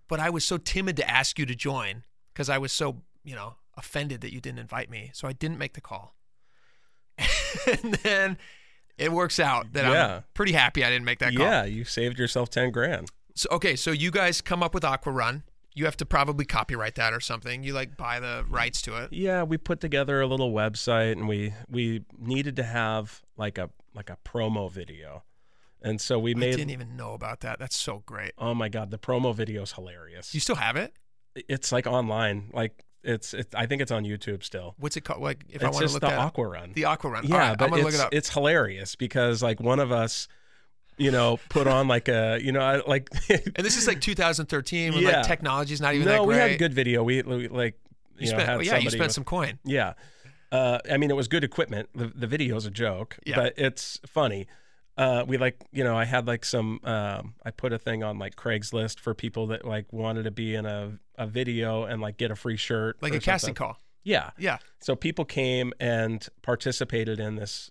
A: but I was so timid to ask you to join because I was so, you know, offended that you didn't invite me. So I didn't make the call. and then it works out that
B: Yeah.
A: I'm pretty happy I didn't make that call.
B: yeah, you saved yourself 10 grand.
A: So, okay, so you guys come up with Aqua Run. You have to probably copyright that or something. You like buy the rights to it.
B: Yeah, we put together a little website and we we needed to have like a like a promo video. And so we
A: I
B: made
A: didn't even know about that. That's so great.
B: Oh my god, the promo video's hilarious.
A: Do you still have it?
B: It's like online. Like it's it, I think it's on YouTube still.
A: What's it called? Like, if I want
B: it's
A: to
B: just
A: look
B: the
A: at
B: aqua run.
A: the Aqua Run.
B: yeah,
A: All right,
B: but
A: I'm gonna
B: it's,
A: look it up.
B: it's hilarious because like one of us you know, put on like a, you know, I, like
A: and this is like 2013 when
B: Yeah.
A: like technology's not even that
B: no,
A: great.
B: we had good video. We, we, like, you,
A: You
B: know,
A: spent,
B: had
A: well, yeah, you
B: somebody
A: spent
B: with-
A: some coin.
B: Yeah. Uh, I mean, it was good equipment. The, the video's a joke,
A: Yeah.
B: but it's funny. Uh, we like, you know, I had like some, um, I put a thing on like Craigslist for people that like wanted to be in a, a video and like get a free shirt.
A: Like
B: or
A: a casting
B: something.
A: call.
B: Yeah.
A: Yeah.
B: So people came and participated in this,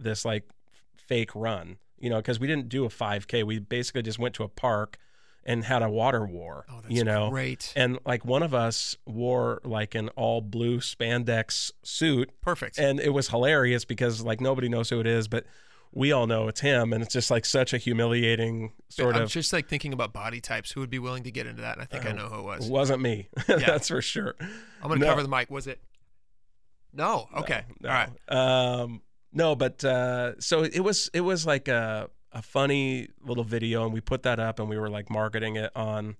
B: this like fake run, you know, cause we didn't do a 5k. We basically just went to a park and had a water war,
A: Oh, that's
B: you know,
A: great.
B: and like one of us wore like an all blue spandex suit
A: Perfect.
B: and it was hilarious because like nobody knows who it is but we all know it's him and it's just like such a humiliating sort
A: I'm
B: of
A: just like thinking about body types. Who would be willing to get into that? And I think I know who it was.
B: wasn't me that's for sure
A: I'm gonna
B: no.
A: cover the mic. Was it? No. Okay.
B: No.
A: All right.
B: um no but uh so it was it was like a a funny little video and we put that up and we were like marketing it on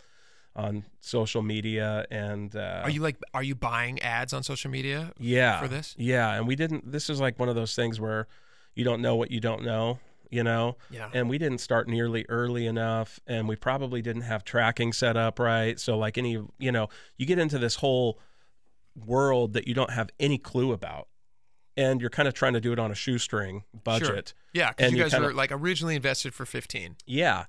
B: on social media and uh
A: Are you like? Are you buying ads on social media?
B: yeah
A: for this?
B: yeah and we didn't this is like one of those things where you don't know what you don't know you know
A: Yeah.
B: and we didn't start nearly early enough and we probably didn't have tracking set up right so like any you know you get into this whole world that you don't have any clue about and you're kind of trying to do it on a shoestring budget
A: Yeah. Because
B: And
A: you
B: you
A: guys
B: kinda-
A: were like originally invested for 15.
B: yeah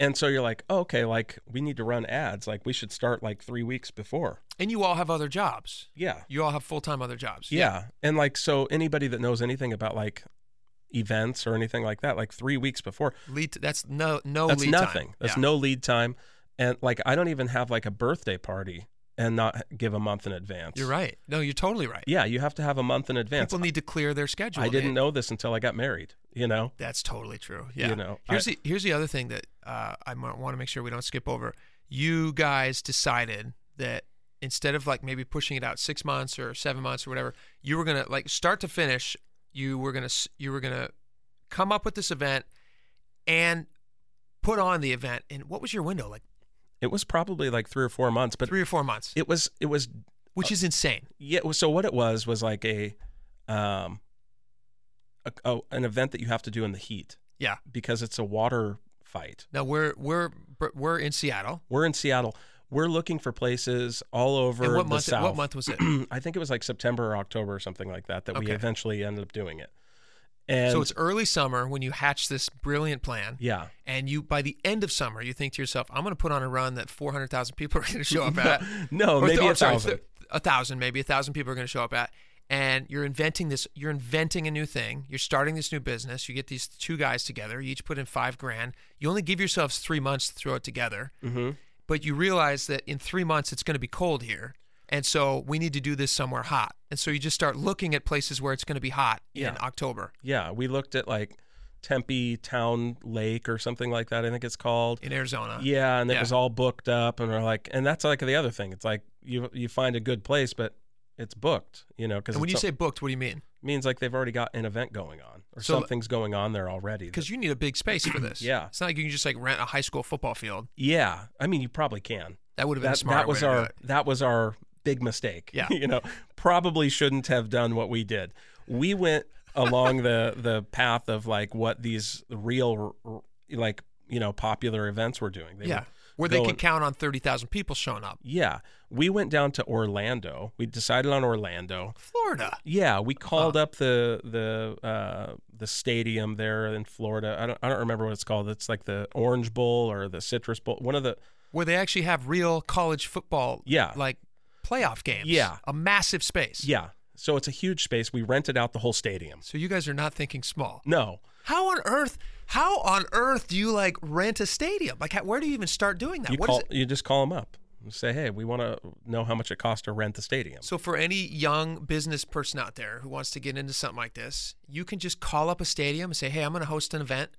B: And so you're like, oh, okay, like we need to run ads. Like we should start like three weeks before.
A: And you all have other jobs.
B: Yeah.
A: You all have full time other jobs.
B: yeah. And like, so anybody that knows anything about like events or anything like that, like three weeks before,
A: Lead that's no no
B: that's
A: lead
B: nothing.
A: time.
B: That's
A: Yeah.
B: no lead time. And like, I don't even have like a birthday party and not give a month in advance.
A: You're right. No, you're totally right.
B: Yeah. You have to have a month in advance.
A: People need to clear their schedule.
B: I didn't
A: It-
B: know this until I got married, you know?
A: That's totally true. Yeah.
B: You know,
A: here's
B: I-
A: the here's the other thing that uh, I want to make sure we don't skip over. You guys decided that instead of like maybe pushing it out six months or seven months or whatever, you were gonna like start to finish. You were gonna s- you were gonna come up with this event and put on the event. And what was your window like?
B: It was probably like three or four months, but
A: Three or four months,
B: it uh, was, it was
A: which is insane.
B: Yeah. well, So what it was was like a, um, a, oh, an event that you have to do in the heat
A: Yeah.
B: because it's a water fight.
A: Now we're we're we're in Seattle.
B: We're in Seattle. We're looking for places all over
A: and what
B: the
A: month?
B: south.
A: What month was it?
B: I think it was like September or October or something like that that we
A: Okay.
B: eventually ended up doing it. And
A: so it's early summer when you hatch this brilliant plan.
B: yeah,
A: and you by the end of summer you think to yourself i'm going to put on a run that 400000 people are going to show up at
B: no, Oh,
A: Or th-
B: maybe
A: or
B: a
A: sorry,
B: thousand.
A: th- a thousand maybe a thousand people are going to show up at and you're inventing this you're inventing a new thing you're starting this new business you get these two guys together you each put in five grand you only give yourselves three months to throw it together
B: Mm-hmm.
A: but you realize that in three months it's going to be cold here and so we need to do this somewhere hot and so you just start looking at places where it's going to be hot in
B: Yeah.
A: october
B: yeah, we looked at like Tempe Town Lake or something like that. I think it's called.
A: in arizona
B: Yeah, and it
A: Yeah.
B: was all booked up, and we're like, and that's like the other thing. It's like you you find a good place, but it's booked, you know, because
A: and when you say booked what do you mean
B: means like they've already got an event going on or
A: So-
B: something's going on there already. that-
A: because you need a big space for this.
B: Yeah.
A: it's not like you can just like rent a high school football field.
B: yeah, I mean, you probably can.
A: That would have been
B: That
A: smart.
B: that was
A: way to do
B: our
A: it.
B: that was our big mistake.
A: Yeah.
B: you know, probably shouldn't have done what we did. We went along the the path of like what these real r- r- like you know popular events were doing. They were
A: yeah, where they
B: going-
A: could count on thirty thousand people showing up.
B: Yeah, we went down to Orlando. We decided on Orlando.
A: Florida.
B: Yeah, we
A: Uh-huh.
B: called up the the uh, the stadium there in Florida. I don't I don't remember what it's called. It's like the Orange Bowl or the Citrus Bowl. One of the
A: Where they actually have real college football,
B: Yeah.
A: like playoff games,
B: Yeah.
A: a massive space.
B: yeah. So it's a huge space. We rented out the whole stadium.
A: So you guys are not thinking small.
B: No,
A: How on earth? How on earth do you like rent a stadium? Like, how, where do you even start doing that?
B: you
A: What is
B: call
A: it?
B: you just call them up. And say hey, we want to know how much it costs to rent the stadium.
A: So for any young business person out there who wants to get into something like this, you can just call up a stadium and say, "Hey, I'm going to host an event.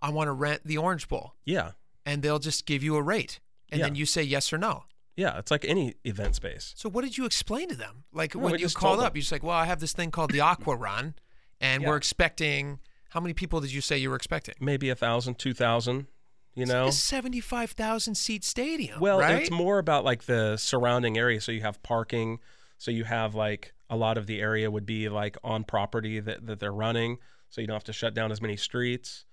A: I want to rent the Orange Bowl."
B: Yeah,
A: and they'll just give you a rate and
B: Yeah.
A: then you say yes or no.
B: yeah. It's like any event space.
A: So what did you explain to them? Like
B: No,
A: when
B: we
A: you
B: just
A: called
B: told
A: up,
B: them.
A: you're just like, "Well, I have this thing called the Aqua Run and
B: Yeah.
A: we're expecting how many people did you say you were expecting?"
B: Maybe a thousand, two thousand. You know,
A: A 75,000 seat stadium,
B: Well,
A: right?
B: it's more about like the surrounding area. So you have parking. So you have like a lot of the area would be like on property that, that they're running. So you don't have to shut down as many streets.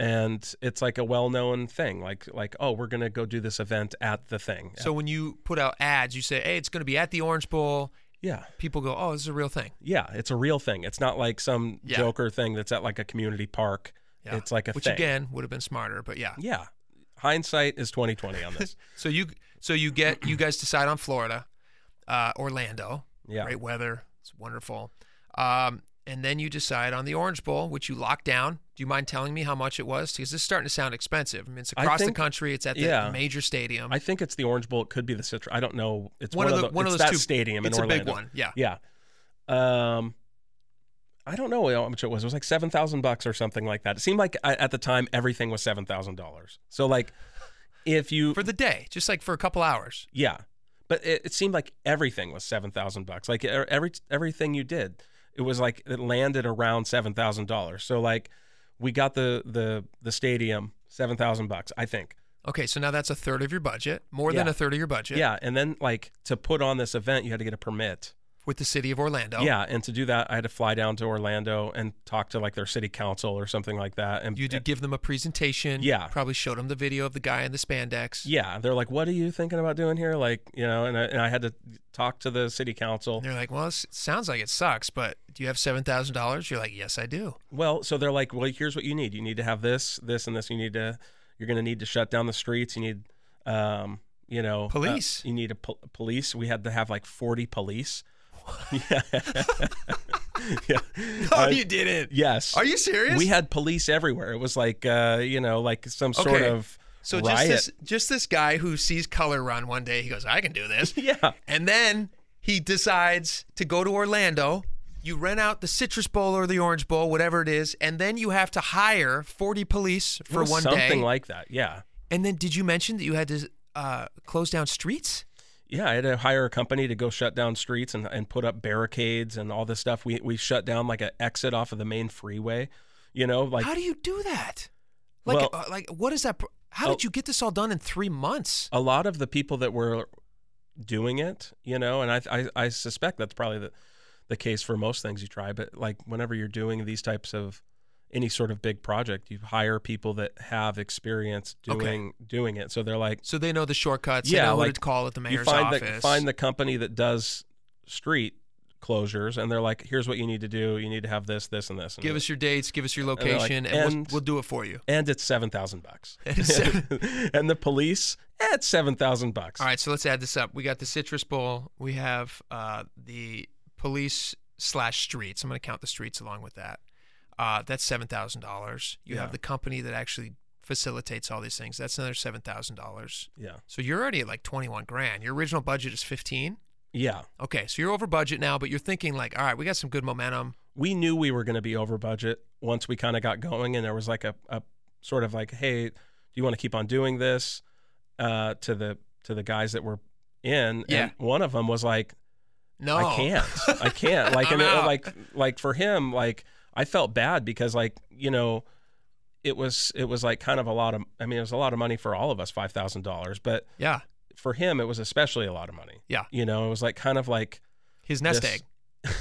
B: And it's like a well known thing. Like like, oh, we're gonna go do this event at the thing.
A: so when you put out ads, you say, "Hey, it's going to be at the Orange Bowl."
B: yeah.
A: People go, "Oh, this is a real thing."
B: Yeah. It's a real thing. It's not like some
A: Yeah.
B: joker thing that's at like a community park.
A: Yeah.
B: It's like a
A: Which
B: thing.
A: again would have been smarter, but yeah.
B: yeah. Hindsight is twenty twenty on this.
A: So you so you get you guys decide on Florida, uh, Orlando.
B: Yeah.
A: Great weather. It's wonderful. Um, and then you decide on the Orange Bowl, which you lock down. Do you mind telling me how much it was? Because this is starting to sound expensive. I mean, it's
B: I
A: across
B: think-
A: the country. It's at the
B: yeah.
A: major stadium.
B: I think it's the Orange Bowl. It could be the Citrus. I don't know. It's
A: One
B: one,
A: of
B: of,
A: the-
B: the,
A: one of
B: it's
A: those
B: that
A: two-
B: stadium
A: it's a
B: in Orlando.
A: big one. Yeah.
B: Yeah. Um, I don't know how much it was. It was like seven thousand bucks or something like that. It seemed like I, at the time everything was seven thousand dollars. So like, if you
A: For the day, just like for a couple hours.
B: yeah, but it, it seemed like everything was seven thousand bucks. Like e- every everything you did, it was like it landed around seven thousand dollars. So like, we got the the the stadium seven thousand bucks. I think.
A: Okay, so now that's a third of your budget, more than
B: Yeah.
A: a third of your budget
B: Yeah, and then like to put on this event, you had to get a permit.
A: with the city of Orlando.
B: Yeah, and to do that, I had to fly down to Orlando and talk to like their city council or something like that. And
A: You did give them a presentation.
B: Yeah.
A: Probably showed them the video of the guy in the spandex.
B: Yeah, they're like, "What are you thinking about doing here?" Like, you know, and I, and I had to talk to the city council.
A: And they're like, well, this sounds like it sucks, but do you have $7,000? You're like, yes, I do.
B: Well, so they're like, "Well, here's what you need. You need to have this, this, and this. You need to, You're going to need to shut down the streets. You need, um, you know, uh,
A: Police.
B: you need a pol- police. We had to have like 40 police. yeah. yeah.
A: Oh,
B: Uh,
A: you didn't.
B: yes.
A: Are you serious?
B: We had police everywhere. It was like, uh, you know, like some sort
A: Okay.
B: of
A: so just
B: riot.
A: this just this guy who sees color run one day, he goes, I can do this.
B: yeah.
A: And then he decides to go to Orlando. You rent out the Citrus Bowl or the Orange Bowl, whatever it is, and then you have to hire 40 police
B: It
A: for
B: was
A: one
B: something
A: day.
B: like that. Yeah.
A: and then did you mention that you had to uh, close down streets?
B: Yeah, I had to hire a company to go shut down streets and, and put up barricades and all this stuff. We we shut down like an exit off of the main freeway, you know, like
A: how do you do that? Like,
B: Well-
A: uh, like what is that? pr- How
B: Oh.
A: did you get this all done in three months?
B: a lot of the people that were doing it, you know, and I I, I suspect that's probably the the case for most things you try, but like whenever you're doing these types of any sort of big project, you hire people that have experience
A: Okay.
B: doing doing it. So they're like
A: So they know the shortcuts.
B: Yeah,
A: they know
B: like,
A: what to call at the mayor's
B: you find
A: office.
B: the find the company that does street closures and they're like here's what you need to do you need to have this this and this and
A: give
B: this.
A: us your dates. Give us your
B: they're like,
A: location, and,
B: "And-
A: we'll, we'll do it for you.
B: and it's seven thousand bucks.
A: And it's seven-
B: and the police at seven thousand bucks.
A: All right, so let's add this up. We got the Citrus Bowl. We have uh, the police slash streets. I'm going to count the streets along with that. Uh, that's seven thousand dollars. You
B: Yeah.
A: have the company that actually facilitates all these things. That's another seven thousand dollars.
B: Yeah,
A: So you're already at like twenty one grand. Your original budget is fifteen.
B: yeah.
A: Okay, so you're over budget now, but you're thinking like, all right, we got some good momentum.
B: We knew we were going to be over budget once we kind of got going, and there was like a, a sort of like, hey, do you want to keep on doing this? Uh, to the to the guys that were in,
A: Yeah.
B: and one of them was like,
A: No,
B: I can't. I can't. Like,
A: I'm
B: and it-
A: out.
B: like, like for him, like I felt bad because, like, you know, it was it was like kind of a lot of. I mean, it was a lot of money for all of us, five thousand dollars. But
A: Yeah,
B: for him, it was especially a lot of money.
A: Yeah.
B: you know, it was like kind of like
A: his nest
B: this-
A: egg.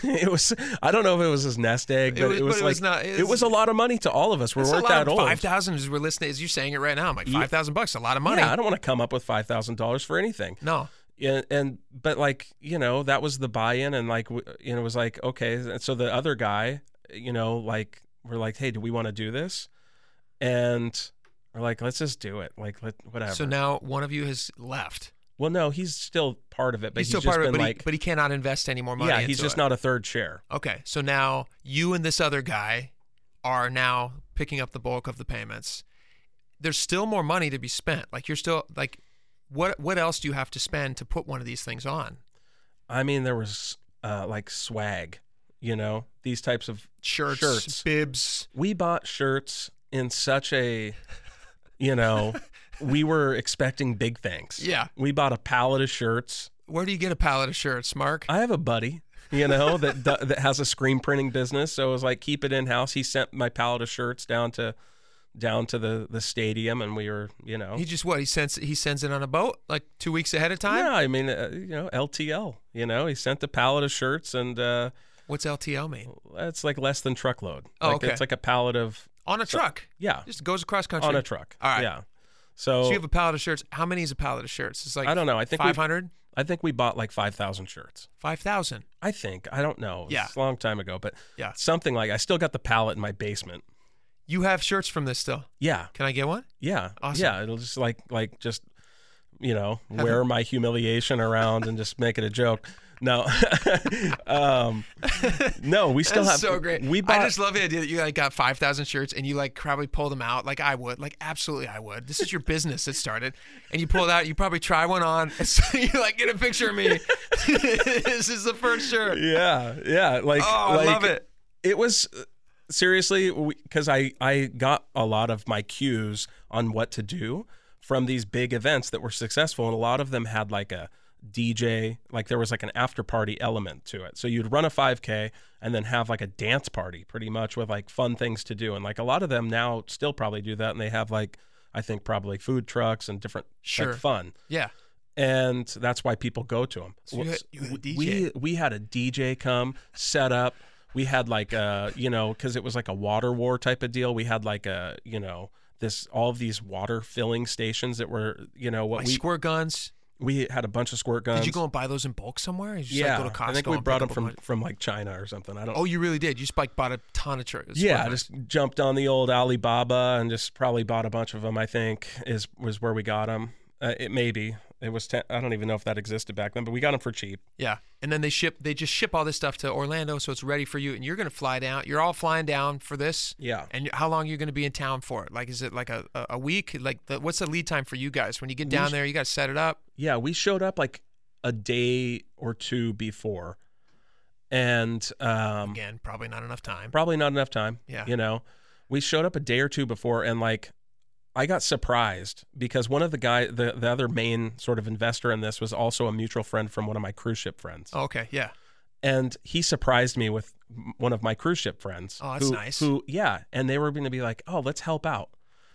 B: it was. I don't know if it was his nest egg, but it was,
A: but it
B: like
A: was not.
B: it was a lot of money to all of us. We
A: it's a
B: weren't
A: lot
B: that
A: of-
B: old.
A: Five thousand is we're listening. As you saying it right now, I'm like
B: Yeah.
A: five thousand bucks, a lot of money.
B: Yeah, I don't want to come up with five thousand dollars for anything.
A: no,
B: and, and but like you know that was the buy-in and like w- you know it was like okay and so the other guy you know like we're like hey do we want to do this and we're like let's just do it like let, whatever
A: So now one of you has left.
B: well no he's still part of it but
A: he's
B: he's,
A: still
B: just
A: part of it,
B: been
A: but,
B: like
A: he, but he cannot invest any more money.
B: yeah he's
A: into
B: just
A: it.
B: not a third chair
A: Okay, so now you and this other guy are now picking up the bulk of the payments. There's still more money to be spent. Like you're still like, what what else do you have to spend to put one of these things on?
B: i mean there was uh like swag you know these types of
A: Shirts,
B: Shirts.
A: bibs.
B: we bought shirts in such a you know we were expecting big things
A: Yeah.
B: we bought a pallet of shirts
A: Where do you get a pallet of shirts, Mark?
B: I have a buddy, you know, that do- that has a screen printing business. So it was like keep it in house. He sent my pallet of shirts down to down to the the stadium, and we were, you know,
A: He just what he sends he sends it on a boat like two weeks ahead of time.
B: yeah. I mean, uh, you know, LTL. You know, he sent the pallet of shirts, and uh,
A: What's LTL mean?
B: Oh, that's like less than truckload.
A: Oh,
B: like,
A: okay.
B: It's like a pallet of
A: On a truck,
B: yeah
A: just goes across country.
B: on a truck.
A: All right.
B: Yeah. So,
A: So you have a pallet of shirts. How many is a pallet of shirts? It's like
B: I don't know. I think we,
A: five hundred.
B: I think we bought like five thousand shirts.
A: Five thousand.
B: I think I don't know.
A: Yeah.
B: It's a long time ago, but
A: Yeah.
B: something like I still got the pallet in my basement.
A: You have shirts from this still.
B: Yeah.
A: Can I get one?
B: Yeah.
A: Awesome.
B: Yeah. It'll just like like just you know
A: Have
B: wear my humiliation around and just make it a joke. No, um, no, we still
A: That's
B: have.
A: so great.
B: We bought.
A: I just love the idea that you like got five thousand shirts and you like probably pull them out like I would, like absolutely I would. This is your business that started, and you pull it out. You probably try one on. And so you like get a picture of me. this is the first shirt.
B: yeah, yeah. Like,
A: Oh, I
B: like,
A: love it.
B: It was uh, seriously because I I got a lot of my cues on what to do from these big events that were successful, and a lot of them had like a DJ, like there was like an after party element to it. So you'd run a 5K and then have like a dance party, pretty much with like fun things to do, and like a lot of them now still probably do that, and they have like I think probably food trucks and different
A: Sure.
B: like fun
A: Yeah.
B: and that's why people go to them.
A: So you had- you had a DJ.
B: We we had a DJ come set up. We had like a you know because it was like a water war type of deal. We had like a you know this all of these water filling stations that were you know what
A: Like
B: we
A: squirt guns.
B: we had a bunch of squirt guns.
A: Did you go and buy those in bulk somewhere? Or did you just,
B: yeah,
A: like, go to Costco
B: I think we
A: and
B: brought them
A: pick
B: from
A: up a bunch?
B: from like China or something. I don't.
A: Oh, you really did. You just like bought a ton of tr-
B: yeah, I
A: squirt
B: just jumped on the old Alibaba and just probably bought a bunch of them. I think is was where we got them. Uh, it maybe it was. Ten, I don't even know if that existed back then, but we got them for cheap.
A: Yeah. And then they ship they just ship all this stuff to Orlando so it's ready for you and you're going to fly down. You're all flying down for this.
B: Yeah.
A: And how long are you going to be in town for? Like is it like a a a week? Like the, what's the lead time for you guys when you get down there? You got to set it up.
B: Yeah, we showed up like a day or two before, and um,
A: Again, probably not enough time.
B: probably not enough time.
A: Yeah.
B: You know, we showed up a day or two before and like I got surprised because one of the guy the, the other main sort of investor in this was also a mutual friend from one of my cruise ship friends.
A: Oh, okay, yeah.
B: And he surprised me with m- one of my cruise ship friends.
A: Oh, that's
B: who,
A: nice.
B: Who yeah, and they were going to be like, "Oh, let's help out."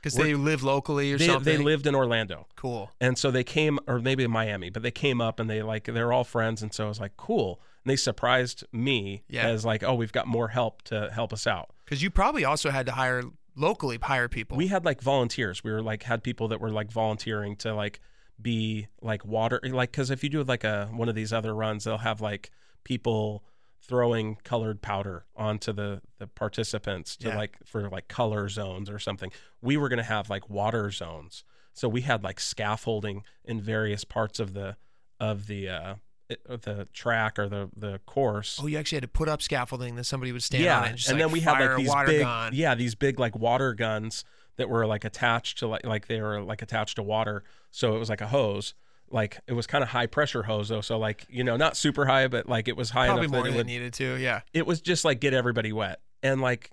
A: Cuz they live locally or
B: They,
A: something.
B: they lived in Orlando.
A: cool.
B: And so they came, or maybe Miami, but they came up and they like they're all friends, and so I was like, cool. And they surprised me
A: Yeah.
B: as like, oh, we've got more help to help us out.
A: Cuz you probably also had to hire locally hire people.
B: we had like volunteers we were like had people that were like volunteering to like be like water like because if you do like a one of these other runs they'll have like people throwing colored powder onto the the participants to
A: Yeah.
B: like for like color zones or something we were going to have like water zones so we had like scaffolding in various parts of the of the uh it- of the track or the the course
A: oh, you actually had to put up scaffolding that somebody would stand on it and just like
B: then we had
A: fire
B: like
A: a
B: these
A: water
B: big,
A: gun.
B: yeah, these big like water guns that were like attached to like like they were like attached to water, so it was like a hose. Like it was kind of high pressure hose though, so like you know not super high, but like it was high
A: Probably
B: enough that
A: more
B: it
A: than
B: would.
A: needed to. Yeah.
B: It was just like get everybody wet, and like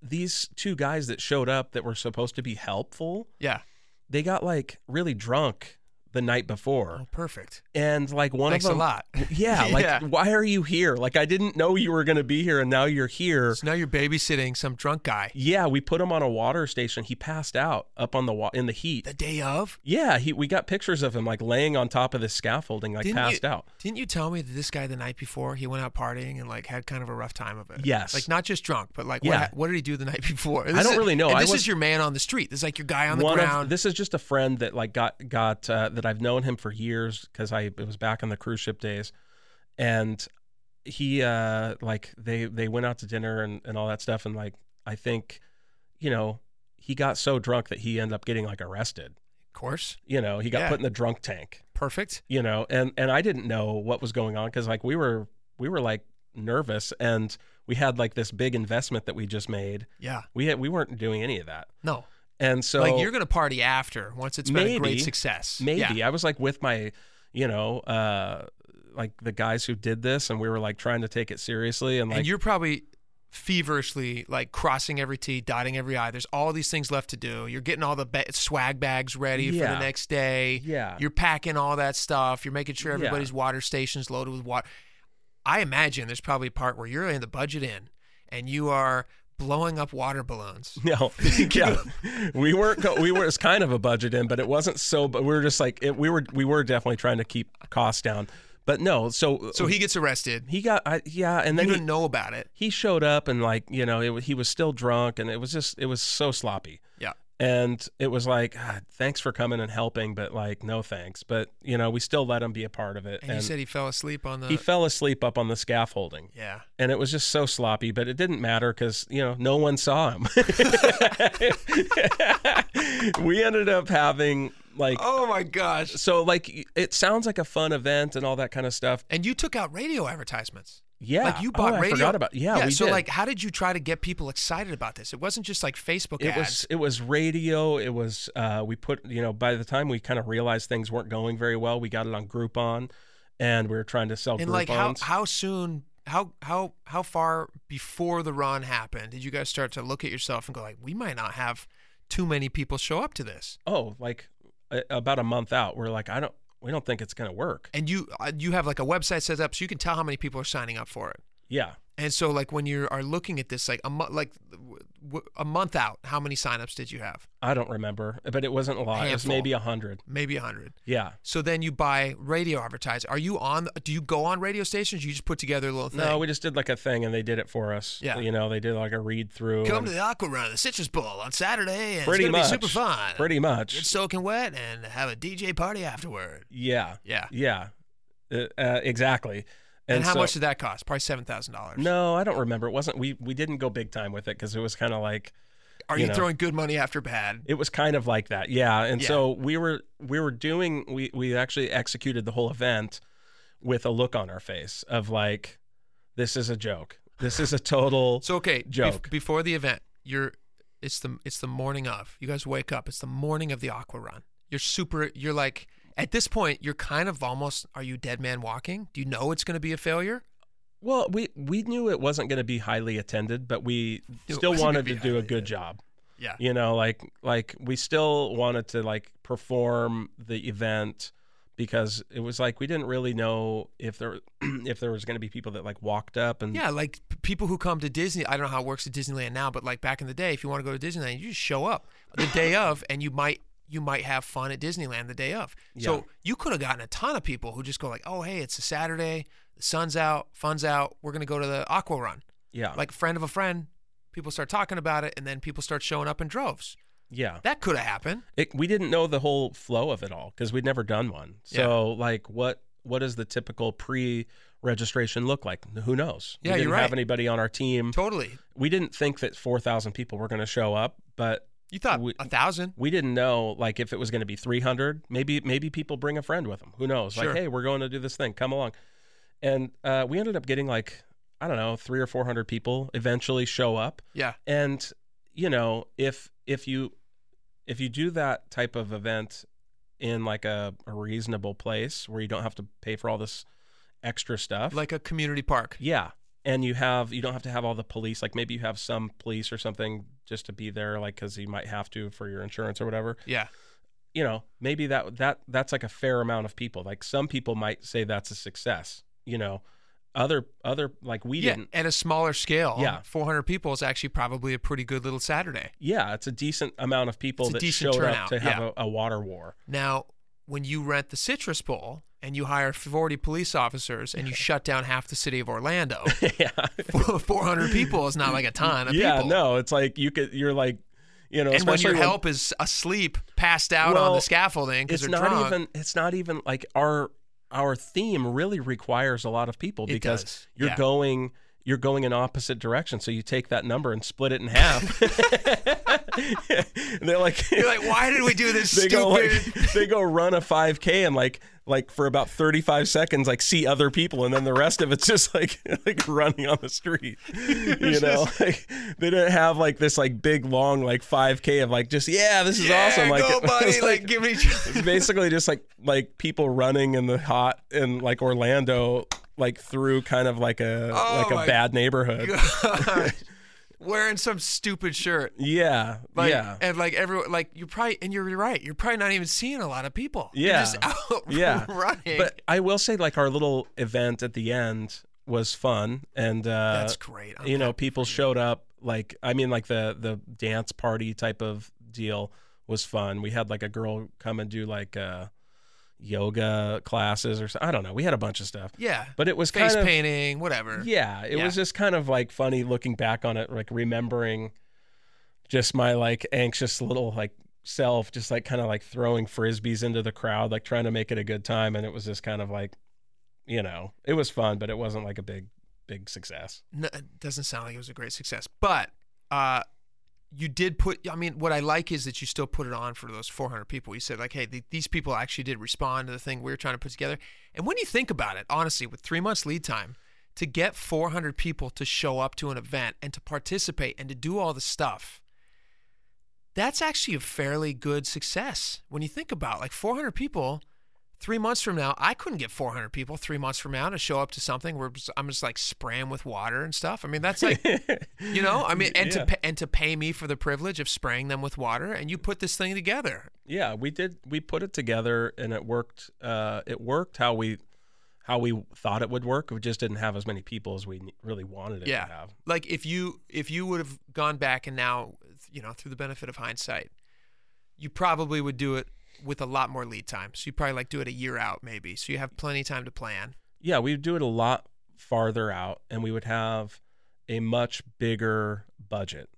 B: these two guys that showed up that were supposed to be helpful,
A: Yeah.
B: they got like really drunk the night before,
A: Oh, perfect.
B: and like one
A: Thanks
B: of them.
A: a lot.
B: Yeah, like
A: Yeah.
B: why are you here? Like I didn't know you were gonna be here, and now you're here.
A: So now you're babysitting some drunk guy
B: Yeah, we put him on a water station. He passed out up on the wa- in the heat.
A: the day of.
B: Yeah, he we got pictures of him like laying on top of this scaffolding, like
A: Didn't you-
B: passed out.
A: Didn't you tell me that this guy the night before he went out partying and like had kind of a rough time of it?
B: Yes.
A: Like not just drunk, but like what,
B: Yeah.
A: ha- what did he do the night before?
B: don't
A: is-
B: really know.
A: And
B: I
A: this
B: was-
A: is your man on the street. This is like your guy on the
B: One
A: ground.
B: of this is just a friend that like got got uh, that I've known him for years because I it was back on the cruise ship days, and he uh like they they went out to dinner and and all that stuff and like I think, you know, he got so drunk that he ended up getting like arrested.
A: of course.
B: You know, he got
A: Yeah.
B: put in the drunk tank.
A: Perfect.
B: you know and and i didn't know what was going on because like we were we were like nervous and we had like this big investment that we just made
A: Yeah.
B: we had, we weren't doing any of that
A: No.
B: and so
A: like you're going to party after once it's been a
B: Maybe.
A: great success.
B: maybe
A: Yeah.
B: i was like with my you know uh like the guys who did this and we were like trying to take it seriously and like
A: and you're probably feverishly like crossing every T, dotting every I. There's all these things left to do. You're getting all the ba- swag bags ready for
B: Yeah.
A: the next day.
B: yeah
A: You're packing all that stuff. You're making sure
B: Yeah.
A: everybody's water station's loaded with water. I imagine there's probably a part where you're in the budget in and you are blowing up water balloons.
B: no, yeah, we weren't. Go, we were. It's kind of a budget in, but it wasn't so. But we were just like it, we were. We were definitely trying to keep costs down. But no, so
A: So he gets arrested.
B: he got. I, yeah, and
A: You
B: then he,
A: didn't know about it.
B: he showed up and like you know it, wa- he was still drunk and it was just it was so sloppy
A: Yeah.
B: and it was like ah, thanks for coming and helping but like no thanks but you know we still let him be a part of it
A: And, you said uh, he fell asleep on the.
B: he fell asleep up on the scaffolding
A: yeah.
B: and it was just so sloppy but it didn't matter because you know no one saw him we ended up having like
A: Oh my gosh.
B: so like it sounds like a fun event and all that kind of stuff
A: And you took out radio advertisements.
B: yeah
A: Like you
B: Oh,
A: bought
B: I
A: radio.
B: forgot about yeah, we
A: so
B: did.
A: like, how did you try to get people excited about this? It wasn't just like Facebook
B: it
A: ads.
B: was it was radio it was uh, we put you know by the time we kind of realized things weren't going very well we got it on groupon and we were trying to sell
A: and
B: groupons
A: like, how how soon, how how how far before the run happened did you guys start to look at yourself and go like, we might not have too many people show up to this?
B: oh like a, about a month out we're like i don't we don't think it's gonna work
A: And you uh, you have like a website set up so you can tell how many people are signing up for it.
B: yeah
A: And so like when you are looking at this, like a mo- like w- a month out, how many signups did you have?
B: I don't remember, but it wasn't a lot. It was
A: Handful.
B: maybe a hundred.
A: Maybe 100.
B: Yeah.
A: So then you buy radio advertising. Are you on? Do you go on radio stations? You just put together a little thing.
B: No, we just did like a thing, and they did it for us.
A: Yeah.
B: You know, they did like a read through.
A: Come to the Aqua Run, the Citrus Bowl on Saturday, and
B: pretty
A: it's gonna
B: much.
A: be super fun.
B: Pretty
A: Get
B: much.
A: soaking wet and have a DJ party afterward.
B: Yeah.
A: Yeah.
B: Yeah. Uh, uh, exactly.
A: And, how
B: so-
A: much did that cost? Probably seven thousand dollars.
B: No, I don't remember. It wasn't. We we didn't go big time with it because it was kind of like
A: Are
B: you
A: you,
B: know.
A: throwing good money after bad?
B: it was kind of like that. Yeah. And
A: Yeah.
B: so we were we were doing we we actually executed the whole event with a look on our face of like this is a joke. This is a total
A: So okay, bef-
B: Joke.
A: before the event, you're it's the it's the morning of. You guys wake up. It's the morning of the Aqua Run. You're super. You're like at this point, you're kind of almost. Are you dead man walking? Do you know it's going to be a failure?
B: Well, we we knew it wasn't going to be highly attended, but we
A: It
B: still
A: wasn't gonna
B: wanted
A: be
B: to do a
A: highly
B: good job.
A: Yeah.
B: You know, like like we still wanted to like perform the event because it was like we didn't really know if there if there was going to be people that like walked up and
A: Yeah, like p- people who come to Disney. I don't know how it works at Disneyland now, but like back in the day, if you want to go to Disneyland, you just show up the day of, and you might you might have fun at Disneyland the day of.
B: Yeah.
A: So you could have gotten a ton of people who just go like, "Oh, hey, it's a Saturday, the sun's out, fun's out, we're gonna go to the Aqua Run."
B: yeah
A: Like friend of a friend, people start talking about it, and then people start showing up in droves.
B: yeah.
A: That could have happened.
B: It, we didn't know the whole flow of it all because we'd never done one. So like what what does the typical pre registration look like? Who knows?
A: Yeah,
B: we
A: you're
B: didn't have
A: right.
B: anybody on our team.
A: Totally.
B: We didn't think that four thousand people were going to show up, but
A: You thought
B: We-
A: a thousand.
B: we didn't know like if it was going to be 300 maybe maybe people bring a friend with them who knows
A: Sure.
B: like hey we're going to do this thing come along and uh, we ended up getting like i don't know three or four hundred people eventually show up
A: Yeah.
B: and you know if if you if you do that type of event in like a, a reasonable place where you don't have to pay for all this extra stuff
A: Like a community park.
B: yeah. And you have you don't have to have all the police. Like maybe you have some police or something just to be there, like because you might have to for your insurance or whatever.
A: Yeah.
B: You know, maybe that that that's like a fair amount of people. Like some people might say that's a success. You know, other other like we
A: yeah.
B: didn't.
A: At a smaller scale,
B: Yeah.
A: 400 people is actually probably a pretty good little Saturday.
B: Yeah, it's a decent amount of people
A: It's a
B: that
A: decent
B: showed
A: turnout,
B: up to have
A: yeah.
B: a, a water war.
A: Now, when you rent the Citrus Bowl and you hire 40 police officers and you shut down half the city of Orlando,
B: yeah,
A: 400 people is not like a ton of
B: yeah.
A: people.
B: No, it's like you could. You're like, you know,
A: And when your
B: especially
A: help is asleep, passed out on
B: Well,
A: the scaffolding because
B: it's
A: they're
B: not
A: drunk,
B: even it's not even like our our theme really requires a lot of people
A: It
B: because
A: does,
B: you're
A: yeah.
B: going you're going in opposite direction so you take that number and split it in half they're like
A: you're like, why did we do this
B: they
A: stupid?
B: go like they go run a 5k and like like for about 35 seconds like see other people and then the rest of it's just like like running on the street you know like, they didn't have like this like big long like 5k of like just yeah this is
A: yeah,
B: awesome like
A: go,
B: it was
A: buddy, like,
B: like-
A: give me.
B: it's basically just like like people running in the hot in like Orlando, like through kind of like a
A: Oh
B: like
A: my
B: a bad neighborhood.
A: God. Wearing some stupid shirt,
B: Yeah,
A: like,
B: yeah,
A: and like everyone, like you probably, and you're right, you're probably not even seeing a lot of people. you're
B: Yeah.
A: just out
B: yeah.
A: running.
B: But I will say, like our little event at the end was fun, and uh,
A: That's great. I'm
B: you know, people showed up. Like I mean, like the the dance party type of deal was fun. We had like a girl come and do like uh, yoga classes or so. I don't know. We had a bunch of stuff,
A: Yeah.
B: but it was
A: Face
B: kind of
A: painting, whatever.
B: Yeah, it
A: Yeah.
B: was just kind of like funny looking back on it, like remembering just my like anxious little like self, just like kind of like throwing frisbees into the crowd, like trying to make it a good time, and it was just kind of like, you know, it was fun, but it wasn't like a big big success.
A: No, it doesn't sound like it was a great success, but uh, you did put. I mean, what I like is that you still put it on for those 400 people. You said like, hey, the, these people actually did respond to the thing we were trying to put together. And when you think about it, honestly, with three months lead time, to get 400 people to show up to an event and to participate and to do all the stuff. That's actually a fairly good success when you think about like 400 people three months from now, I couldn't get 400 people three months from now to show up to something where I'm just like spraying with water and stuff. I mean, that's like, you know, I mean, and to
B: Yeah.
A: to and to pay me for the privilege of spraying them with water, and you put this thing together.
B: Yeah, we did we put it together and it worked uh it worked how we how we thought it would work. We just didn't have as many people as we ne- really wanted it
A: Yeah.
B: to have.
A: like if you if you would have gone back and now you know through the benefit of hindsight you probably would do it with a lot more lead time so you probably like do it a year out maybe so you have plenty of time to plan
B: Yeah, we would do it a lot farther out, and we would have a much bigger budget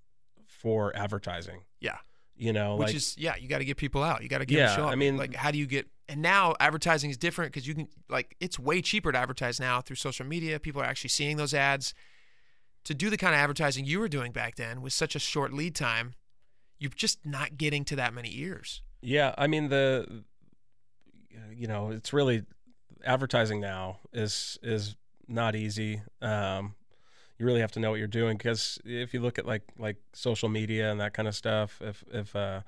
B: for advertising.
A: Yeah.
B: you know,
A: which
B: like
A: is yeah you got to get people out you got to get
B: Yeah,
A: them to show up
B: I mean-
A: like how do you get and now advertising is different because you can like it's way cheaper to advertise now through social media people are actually seeing those ads to do the kind of advertising you were doing back then with such a short lead time you're just not getting to that many ears
B: yeah, I mean the, you know, it's really advertising now is is not easy. Um, you really have to know what you're doing because if you look at like like social media and that kind of stuff, if if uh,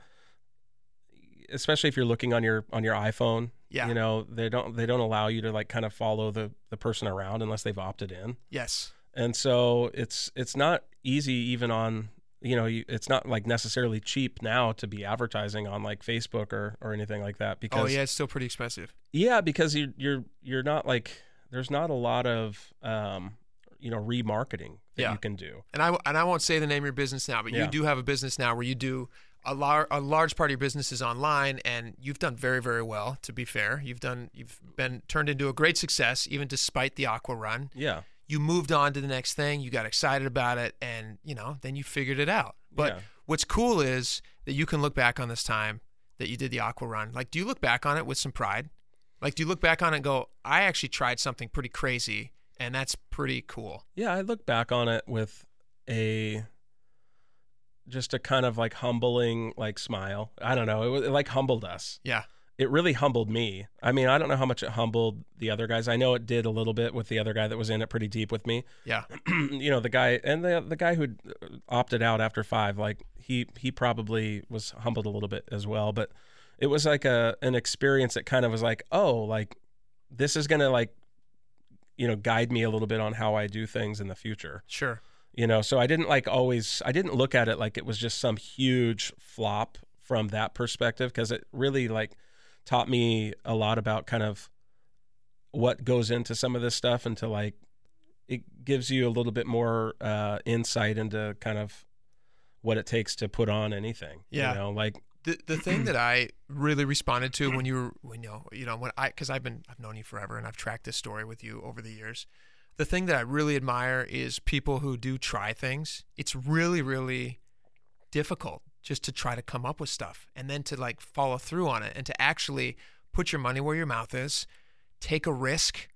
B: especially if you're looking on your on your iPhone,
A: yeah
B: you know they don't they don't allow you to like kind of follow the the person around unless they've opted in
A: yes
B: and so it's it's not easy even on you know you, it's not like necessarily cheap now to be advertising on like facebook or or anything like that because
A: oh yeah it's still pretty expensive
B: yeah, because you, you're you're not like there's not a lot of um you know remarketing that
A: Yeah.
B: you can do
A: and I and I won't say the name of your business now, but
B: Yeah.
A: you do have a business now where you do a lar- a large part of your business is online, and you've done very very well. To be fair, you've done you've been turned into a great success, even despite the aqua run.
B: yeah
A: You moved on to the next thing, you got excited about it, and you know then you figured it out. But
B: Yeah.
A: what's cool is that you can look back on this time that you did the aqua run. Like, do you look back on it with some pride? Like, do you look back on it and go, I actually tried something pretty crazy, and that's pretty cool.
B: yeah i look back on it with a just a kind of like humbling like smile i don't know it, wa- it like humbled us
A: Yeah.
B: it really humbled me. I mean, I don't know how much it humbled the other guys. I know it did a little bit with the other guy that was in it pretty deep with me.
A: Yeah.
B: you know, the guy and the the guy who opted out after 5, like he he probably was humbled a little bit as well, but it was like a an experience that kind of was like, "Oh, like this is going to like you know, guide me a little bit on how I do things in the future."
A: Sure.
B: you know so i didn't like always i didn't look at it like it was just some huge flop from that perspective because it really like taught me a lot about kind of what goes into some of this stuff and to like it gives you a little bit more uh, insight into kind of what it takes to put on anything
A: Yeah.
B: you know like
A: the the thing that I really responded to when you were when you know you know when I because I've been I've known you forever and I've tracked this story with you over the years. The thing that I really admire is people who do try things. It's really really difficult just to try to come up with stuff and then to like follow through on it and to actually put your money where your mouth is, take a risk.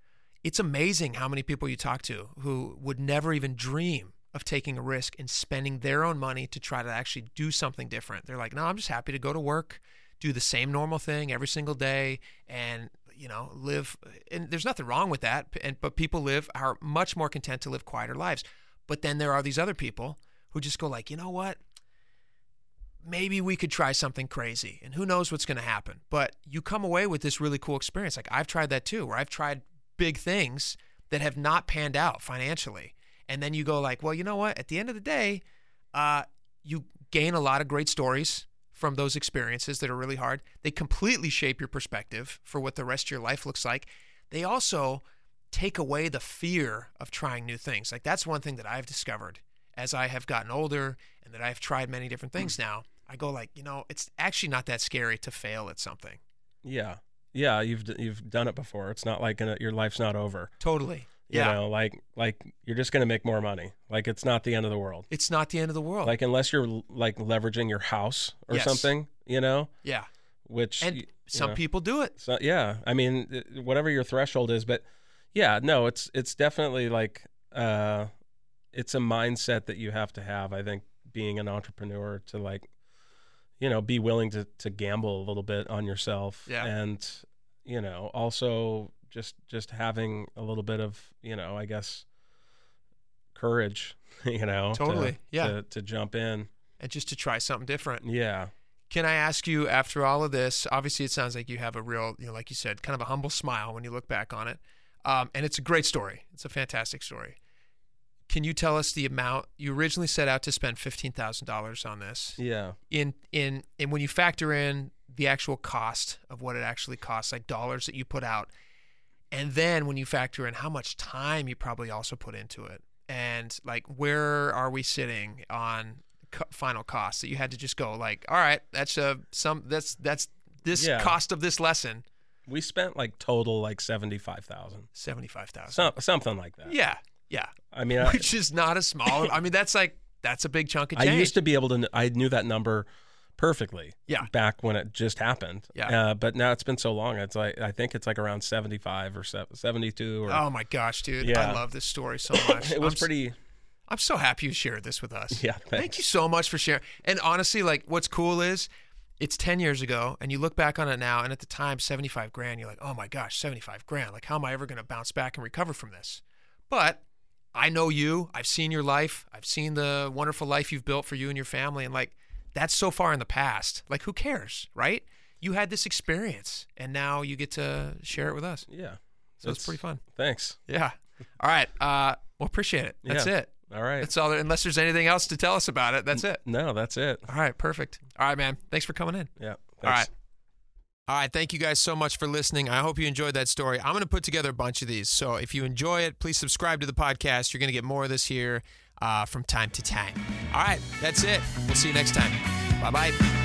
A: It's amazing how many people you talk to who would never even dream of taking a risk and spending their own money to try to actually do something different. They're like, "No, I'm just happy to go to work, do the same normal thing every single day and you know, live and there's nothing wrong with that, and but people live are much more content to live quieter lives. But then there are these other people who just go like, "You know what? maybe we could try something crazy and who knows what's going to happen but you come away with this really cool experience like i've tried that too where i've tried big things that have not panned out financially and then you go like well you know what at the end of the day uh, you gain a lot of great stories from those experiences that are really hard they completely shape your perspective for what the rest of your life looks like they also take away the fear of trying new things like that's one thing that i've discovered as i have gotten older and that i've tried many different things now i go like you know it's actually not that scary to fail at something
B: yeah yeah you've d- you've done it before it's not like gonna, your life's not over
A: totally
B: you
A: yeah
B: know like like you're just going to make more money like it's not the end of the world
A: it's not the end of the world
B: like unless you're l- like leveraging your house or
A: Oh. Yes.
B: something you know
A: yeah
B: which
A: and
B: y-
A: some
B: yeah.
A: people do it
B: so, yeah i mean th- whatever your threshold is but yeah no it's it's definitely like uh it's a mindset that you have to have i think being an entrepreneur to like you know be willing to to gamble a little bit on yourself
A: Yeah.
B: and you know also just just having a little bit of you know i guess courage you know to-
A: Totally, yeah.
B: to, to jump in
A: and just to try something different
B: yeah
A: Can I ask you, after all of this, obviously it sounds like you have a real, you know, like you said, kind of a humble smile when you look back on it. Um, and it's a great story. It's a fantastic story. Can you tell us the amount you originally set out to spend fifteen thousand dollars on this?
B: yeah
A: In in and when you factor in the actual cost of what it actually costs, like dollars that you put out, And then when you factor in how much time you probably also put into it and like where are we sitting on co- final cost that you had to just go like, all right, that's a some that's that's this
B: Yeah.
A: cost of this lesson,
B: We spent like total like seventy five thousand,
A: 75,000.
B: some, something like that.
A: yeah. Yeah.
B: I mean, I,
A: Which is not a small I mean that's like that's a big chunk of
B: I
A: change.
B: used to be able to. kn- I knew that number perfectly.
A: Yeah.
B: Back when it just happened.
A: Yeah.
B: Uh, but now it's been so long. It's like I think it's like around seventy five or se- seventy two. Or
A: Oh my gosh, dude. I
B: Yeah.
A: love this story so much.
B: it was
A: I'm s-
B: pretty.
A: I'm so happy you shared this with us.
B: Yeah.
A: Thank you so much for sharing. And honestly, like what's cool is it's 10 years ago and you look back on it now and at the time 75 grand you're like, "Oh my gosh, 75 grand. Like how am I ever going to bounce back and recover from this?" But I know you. I've seen your life. I've seen the wonderful life you've built for you and your family and like that's so far in the past. Like who cares, right? You had this experience and now you get to share it with us.
B: Yeah.
A: So it's pretty fun.
B: Thanks.
A: Yeah. All right. Uh well, appreciate it. That's
B: Yeah.
A: it.
B: All right.
A: That's all. There, unless there's anything else to tell us about it, that's it.
B: no, that's it.
A: All right, perfect. All right, man. Thanks for coming in.
B: Yeah. Thanks.
A: All right. All right, thank you guys so much for listening. I hope you enjoyed that story. I'm going to put together a bunch of these. So if you enjoy it, please subscribe to the podcast. You're going to get more of this here uh, from time to time. All right, that's it. We'll see you next time. Bye bye.